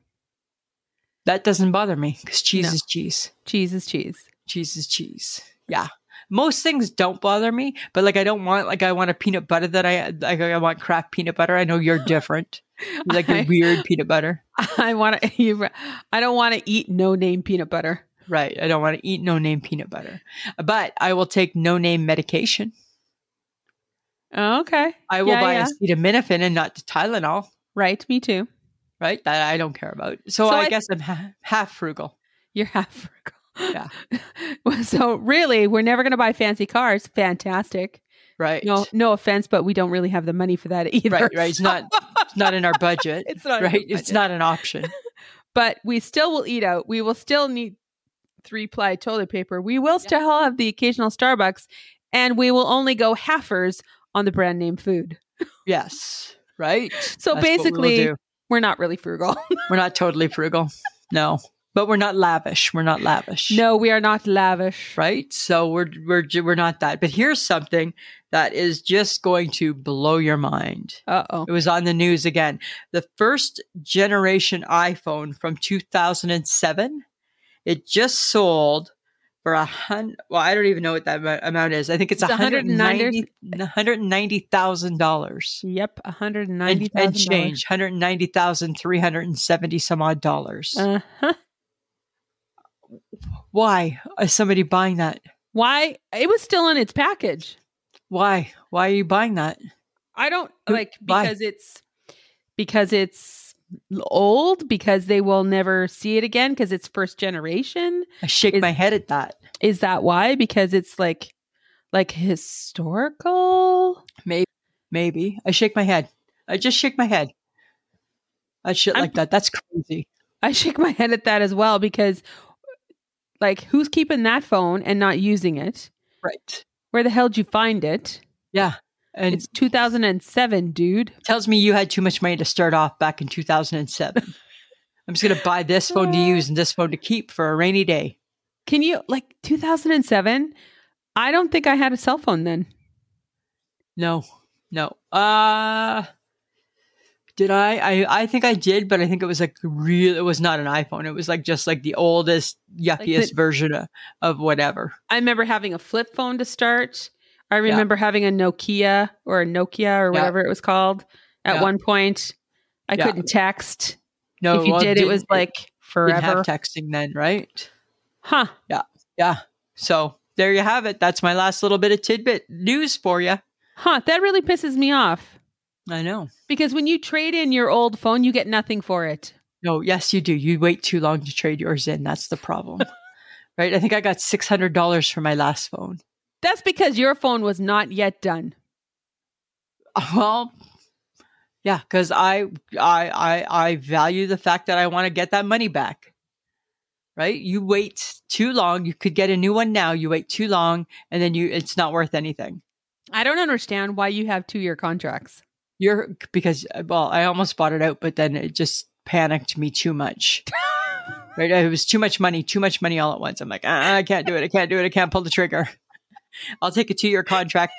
S1: That doesn't bother me because cheese
S2: No.
S1: is cheese.
S2: Cheese is cheese.
S1: Cheese is cheese. Yeah. Most things don't bother me, but like I don't want like I want a peanut butter that I like I want craft peanut butter. I know you're different. You like a
S2: I-
S1: weird peanut butter.
S2: I want to. You, I don't want to eat no name peanut butter.
S1: Right. I don't want to eat no name peanut butter. But I will take no name medication.
S2: Oh, okay,
S1: I will
S2: Yeah,
S1: buy
S2: yeah.
S1: acetaminophen and not the Tylenol,
S2: right. Me too.
S1: right? That I don't care about. So,
S2: So
S1: I,
S2: I-
S1: guess I'm ha- half frugal.
S2: You're half frugal. Yeah. so really, we're never going to buy fancy cars. Fantastic.
S1: Right.
S2: No, no offense, but we don't really have the money for that either.
S1: Right, right. It's not it's not in our budget.
S2: It's not.
S1: right? It's not an option.
S2: But we still will eat out. We will still need three ply toilet paper. We will still have the occasional Starbucks, and we will only go halfers on the brand name food.
S1: Yes. Right. That's
S2: So
S1: what we will
S2: basically,
S1: do.
S2: we're not really frugal.
S1: we're not totally frugal. No, but we're not lavish. We're not lavish.
S2: no, we are not lavish.
S1: Right. So we're, we're, ju- we're not that. But here's something that is just going to blow your mind.
S2: Uh oh.
S1: It was on the news again. The first generation iPhone from 2007, it just sold for a hundred. Well, I don't even know what that amou- amount is. I think it's
S2: It's
S1: a
S2: a hundred and ninety-
S1: $190,000
S2: Yep, one hundred
S1: and,
S2: ninety
S1: and change, 190,370 some odd dollars.
S2: Uh huh.
S1: Why is somebody buying that?
S2: Why? It was still in its package.
S1: Why? Why are you buying that?
S2: I don't
S1: Who-
S2: like
S1: why?
S2: because it's because it's old because they will never see it again because it's first generation.
S1: I shake
S2: Is-
S1: my head at that.
S2: Is that why? Because it's like like historical.
S1: Maybe, maybe I shake my head. I just shake my head. That shit
S2: I'm-
S1: like that. That's crazy.
S2: I shake my head at that as well because like who's keeping that phone and not using it?
S1: Right.
S2: Where the hell did you find it?
S1: And
S2: it's 2007, dude.
S1: tells me you had too much money to start off back in 2007. I'm just going to buy this phone to use and this phone to keep for a rainy day.
S2: Can you like 2007? I don't think I had a cell phone then.
S1: No, no. Uh, did I? I, I think I did, but I think it was like real. It was not an iPhone. It was like just like the oldest, yuckiest
S2: the-
S1: version of, of whatever.
S2: I remember having a flip phone to start. I remember having a Nokia or a Nokia or
S1: Yeah.
S2: whatever it was called at
S1: Yeah.
S2: one point. I
S1: Yeah.
S2: couldn't text.
S1: No,
S2: if you
S1: well,
S2: did, it
S1: didn't-
S2: was like
S1: didn't have
S2: forever.
S1: texting then, right?
S2: Huh.
S1: So there you have it. That's my last little bit of tidbit news for you.
S2: Huh. That really pisses me off
S1: I know.
S2: because when you trade in your old phone, you get nothing for it.
S1: No, yes, you do. You wait too long to trade yours in. That's the problem. right? I think I got $600 for my last phone.
S2: That's because your phone was not yet done.
S1: Well, yeah, because I, I, I, I value the fact that I want to get that money back. Right? You wait too long. You could get a new one now. You wait too long, and then you it's not worth anything.
S2: I don't understand why you have two year contracts.
S1: You're because well, I almost bought it out, but then it just panicked me too much. Right? It was too much money, too much money all at once. I'm like, uh I can't do it. I can't do it. I can't pull the trigger. I'll take a two year contract,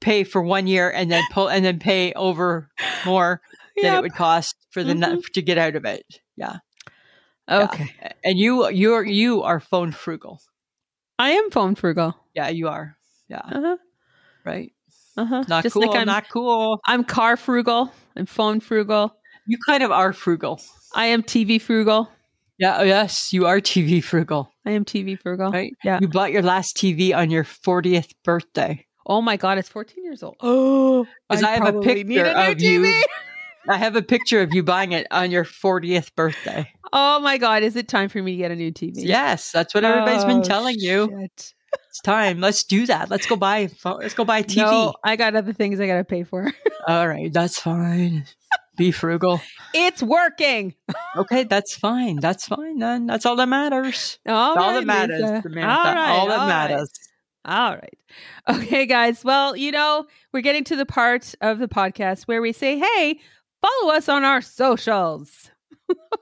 S1: pay for one year, and then pull and then pay over more than it
S2: Yep. Mm-hmm.
S1: would cost for the nu- to get out of it. Yeah,
S2: okay.
S1: and you you're you are phone frugal.
S2: I am phone frugal.
S1: Yeah, you are. Yeah,
S2: Uh huh.
S1: right.
S2: Uh huh.
S1: Not
S2: Just
S1: cool.
S2: like I'm,
S1: not cool.
S2: I'm car frugal. I'm phone frugal.
S1: You kind of are frugal.
S2: I am TV frugal.
S1: Yeah. oh, Yes, you are TV frugal.
S2: I am TV frugal.
S1: Right.
S2: Oh, Yeah.
S1: You bought your last TV on your 40th birthday.
S2: Oh my god, it's 14 years old. Oh,
S1: 'Cause I have a
S2: probably need
S1: picture
S2: a new
S1: of you.
S2: TV.
S1: I have a picture of you buying it on your 40th birthday.
S2: Oh my god, is it time for me to get a new TV?
S1: Yes, that's what everybody's
S2: Oh,
S1: been telling you.
S2: shit.
S1: It's time. Let's do that. Let's go buy. a pho- Let's go buy a TV.
S2: No, I got other things I gotta pay for.
S1: All right, that's fine. Be frugal.
S2: it's working.
S1: Okay, that's fine. That's fine. Then that's all that matters.
S2: All,
S1: That's all
S2: right,
S1: that matters,
S2: Lisa.
S1: Samantha.
S2: All right,
S1: all that
S2: all right.
S1: matters.
S2: All right. Okay, guys. Well, you know, we're getting to the part of the podcast where we say, hey, follow us on our socials.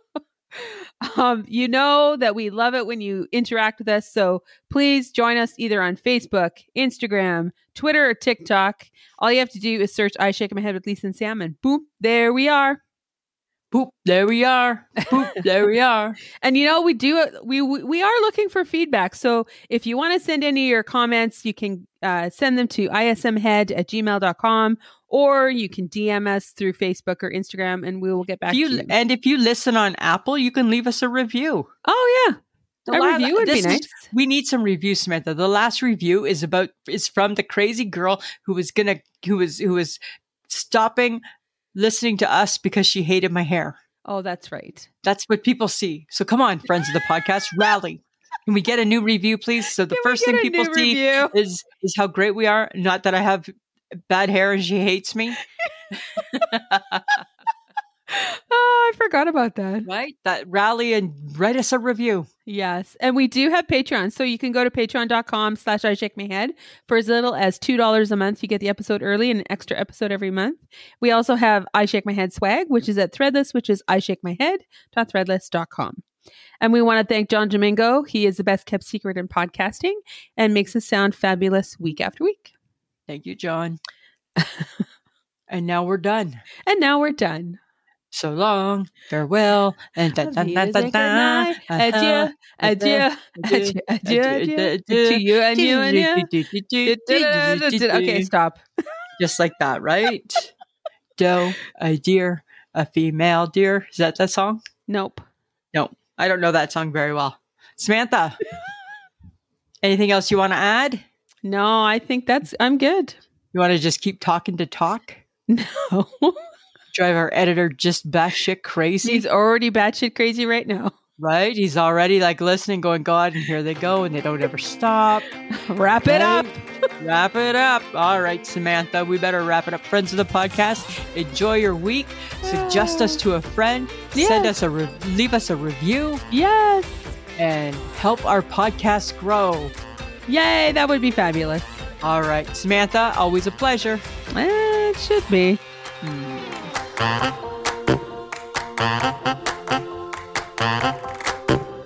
S2: um, you know that we love it when you interact with us. So please join us either on Facebook, Instagram, Twitter, or TikTok. All you have to do is search I Shake My Head with Lisa and Sam, and boom, there we are.
S1: Boop, there we are. Boop, there we are.
S2: And you know, we do uh, we we we are looking for feedback. So if you want to send any of your comments, you can uh, send them to ismhead at gmail.com or you can DM us through Facebook or Instagram and we will get back
S1: If you- eh,
S2: to you.
S1: and if you listen on Apple, you can leave us a review.
S2: oh yeah.
S1: The
S2: A
S1: la-
S2: review would be
S1: this is-
S2: nice.
S1: we need some reviews, Samantha. The last review is about is from the crazy girl who was gonna who was who was stopping listening to us because she hated my hair.
S2: oh, that's right.
S1: That's what people see. So come on, friends of the podcast, rally. Can we get a new review, please? So the
S2: Can we
S1: first
S2: get
S1: thing
S2: a
S1: people
S2: new
S1: see
S2: review?
S1: is is how great we are. Not that I have bad hair and she hates me,
S2: Oh, I forgot about that.
S1: right? That rally and write us a review.
S2: Yes. And we do have Patreon. So you can go to patreon.com slash I shake my head for as little as $2 a month. You get the episode early and an extra episode every month. We also have I shake my head swag, which is at threadless, which is I shake my head.threadless.com. And we want to thank John Domingo. He is the best kept secret in podcasting and makes us sound fabulous week after week.
S1: Thank you, John. and now we're done.
S2: And now we're done.
S1: So long, farewell, and dun, dun, dun, dun, Uh-huh. dun,
S2: Adieu, adieu,
S1: Uh-huh.
S2: adieu, adieu, adieu to you and you and you. Okay, stop.
S1: Just like that, right? Doe, a deer, a female deer. Is that that song?
S2: Nope.
S1: I don't know that song very well. Samantha. Anything else you want to add?
S2: No, I think that's I'm good.
S1: You want to just keep talking to talk?
S2: No.
S1: Drive our editor just batshit crazy,
S2: He's already batshit crazy right now.
S1: right? He's already like listening, going, God, and here they go, and they don't ever stop.
S2: Wrap it up.
S1: Right? wrap it up. All right, Samantha, we better wrap it up. Friends of the podcast, enjoy your week. Suggest us to a friend. Send
S2: Yeah.
S1: us a re- leave us a review
S2: Yes.
S1: and help our podcast grow.
S2: Yay, that would be fabulous.
S1: All right, Samantha, always a pleasure.
S2: Eh, It should be.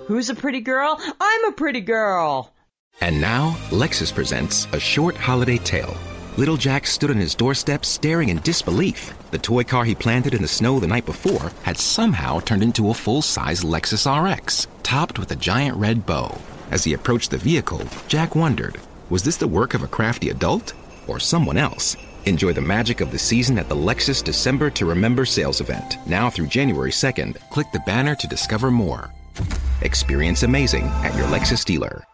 S1: Who's a pretty girl? I'm a pretty girl.
S3: And now, Lexus presents a short holiday tale. Little Jack stood on his doorstep staring in disbelief. The toy car he planted in the snow the night before had somehow turned into a full size Lexus RX, topped with a giant red bow. As he approached the vehicle, Jack wondered was this the work of a crafty adult or someone else? Enjoy the magic of the season at the Lexus December to Remember sales event. Now through January 2nd, click the banner to discover more. Experience amazing at your Lexus dealer.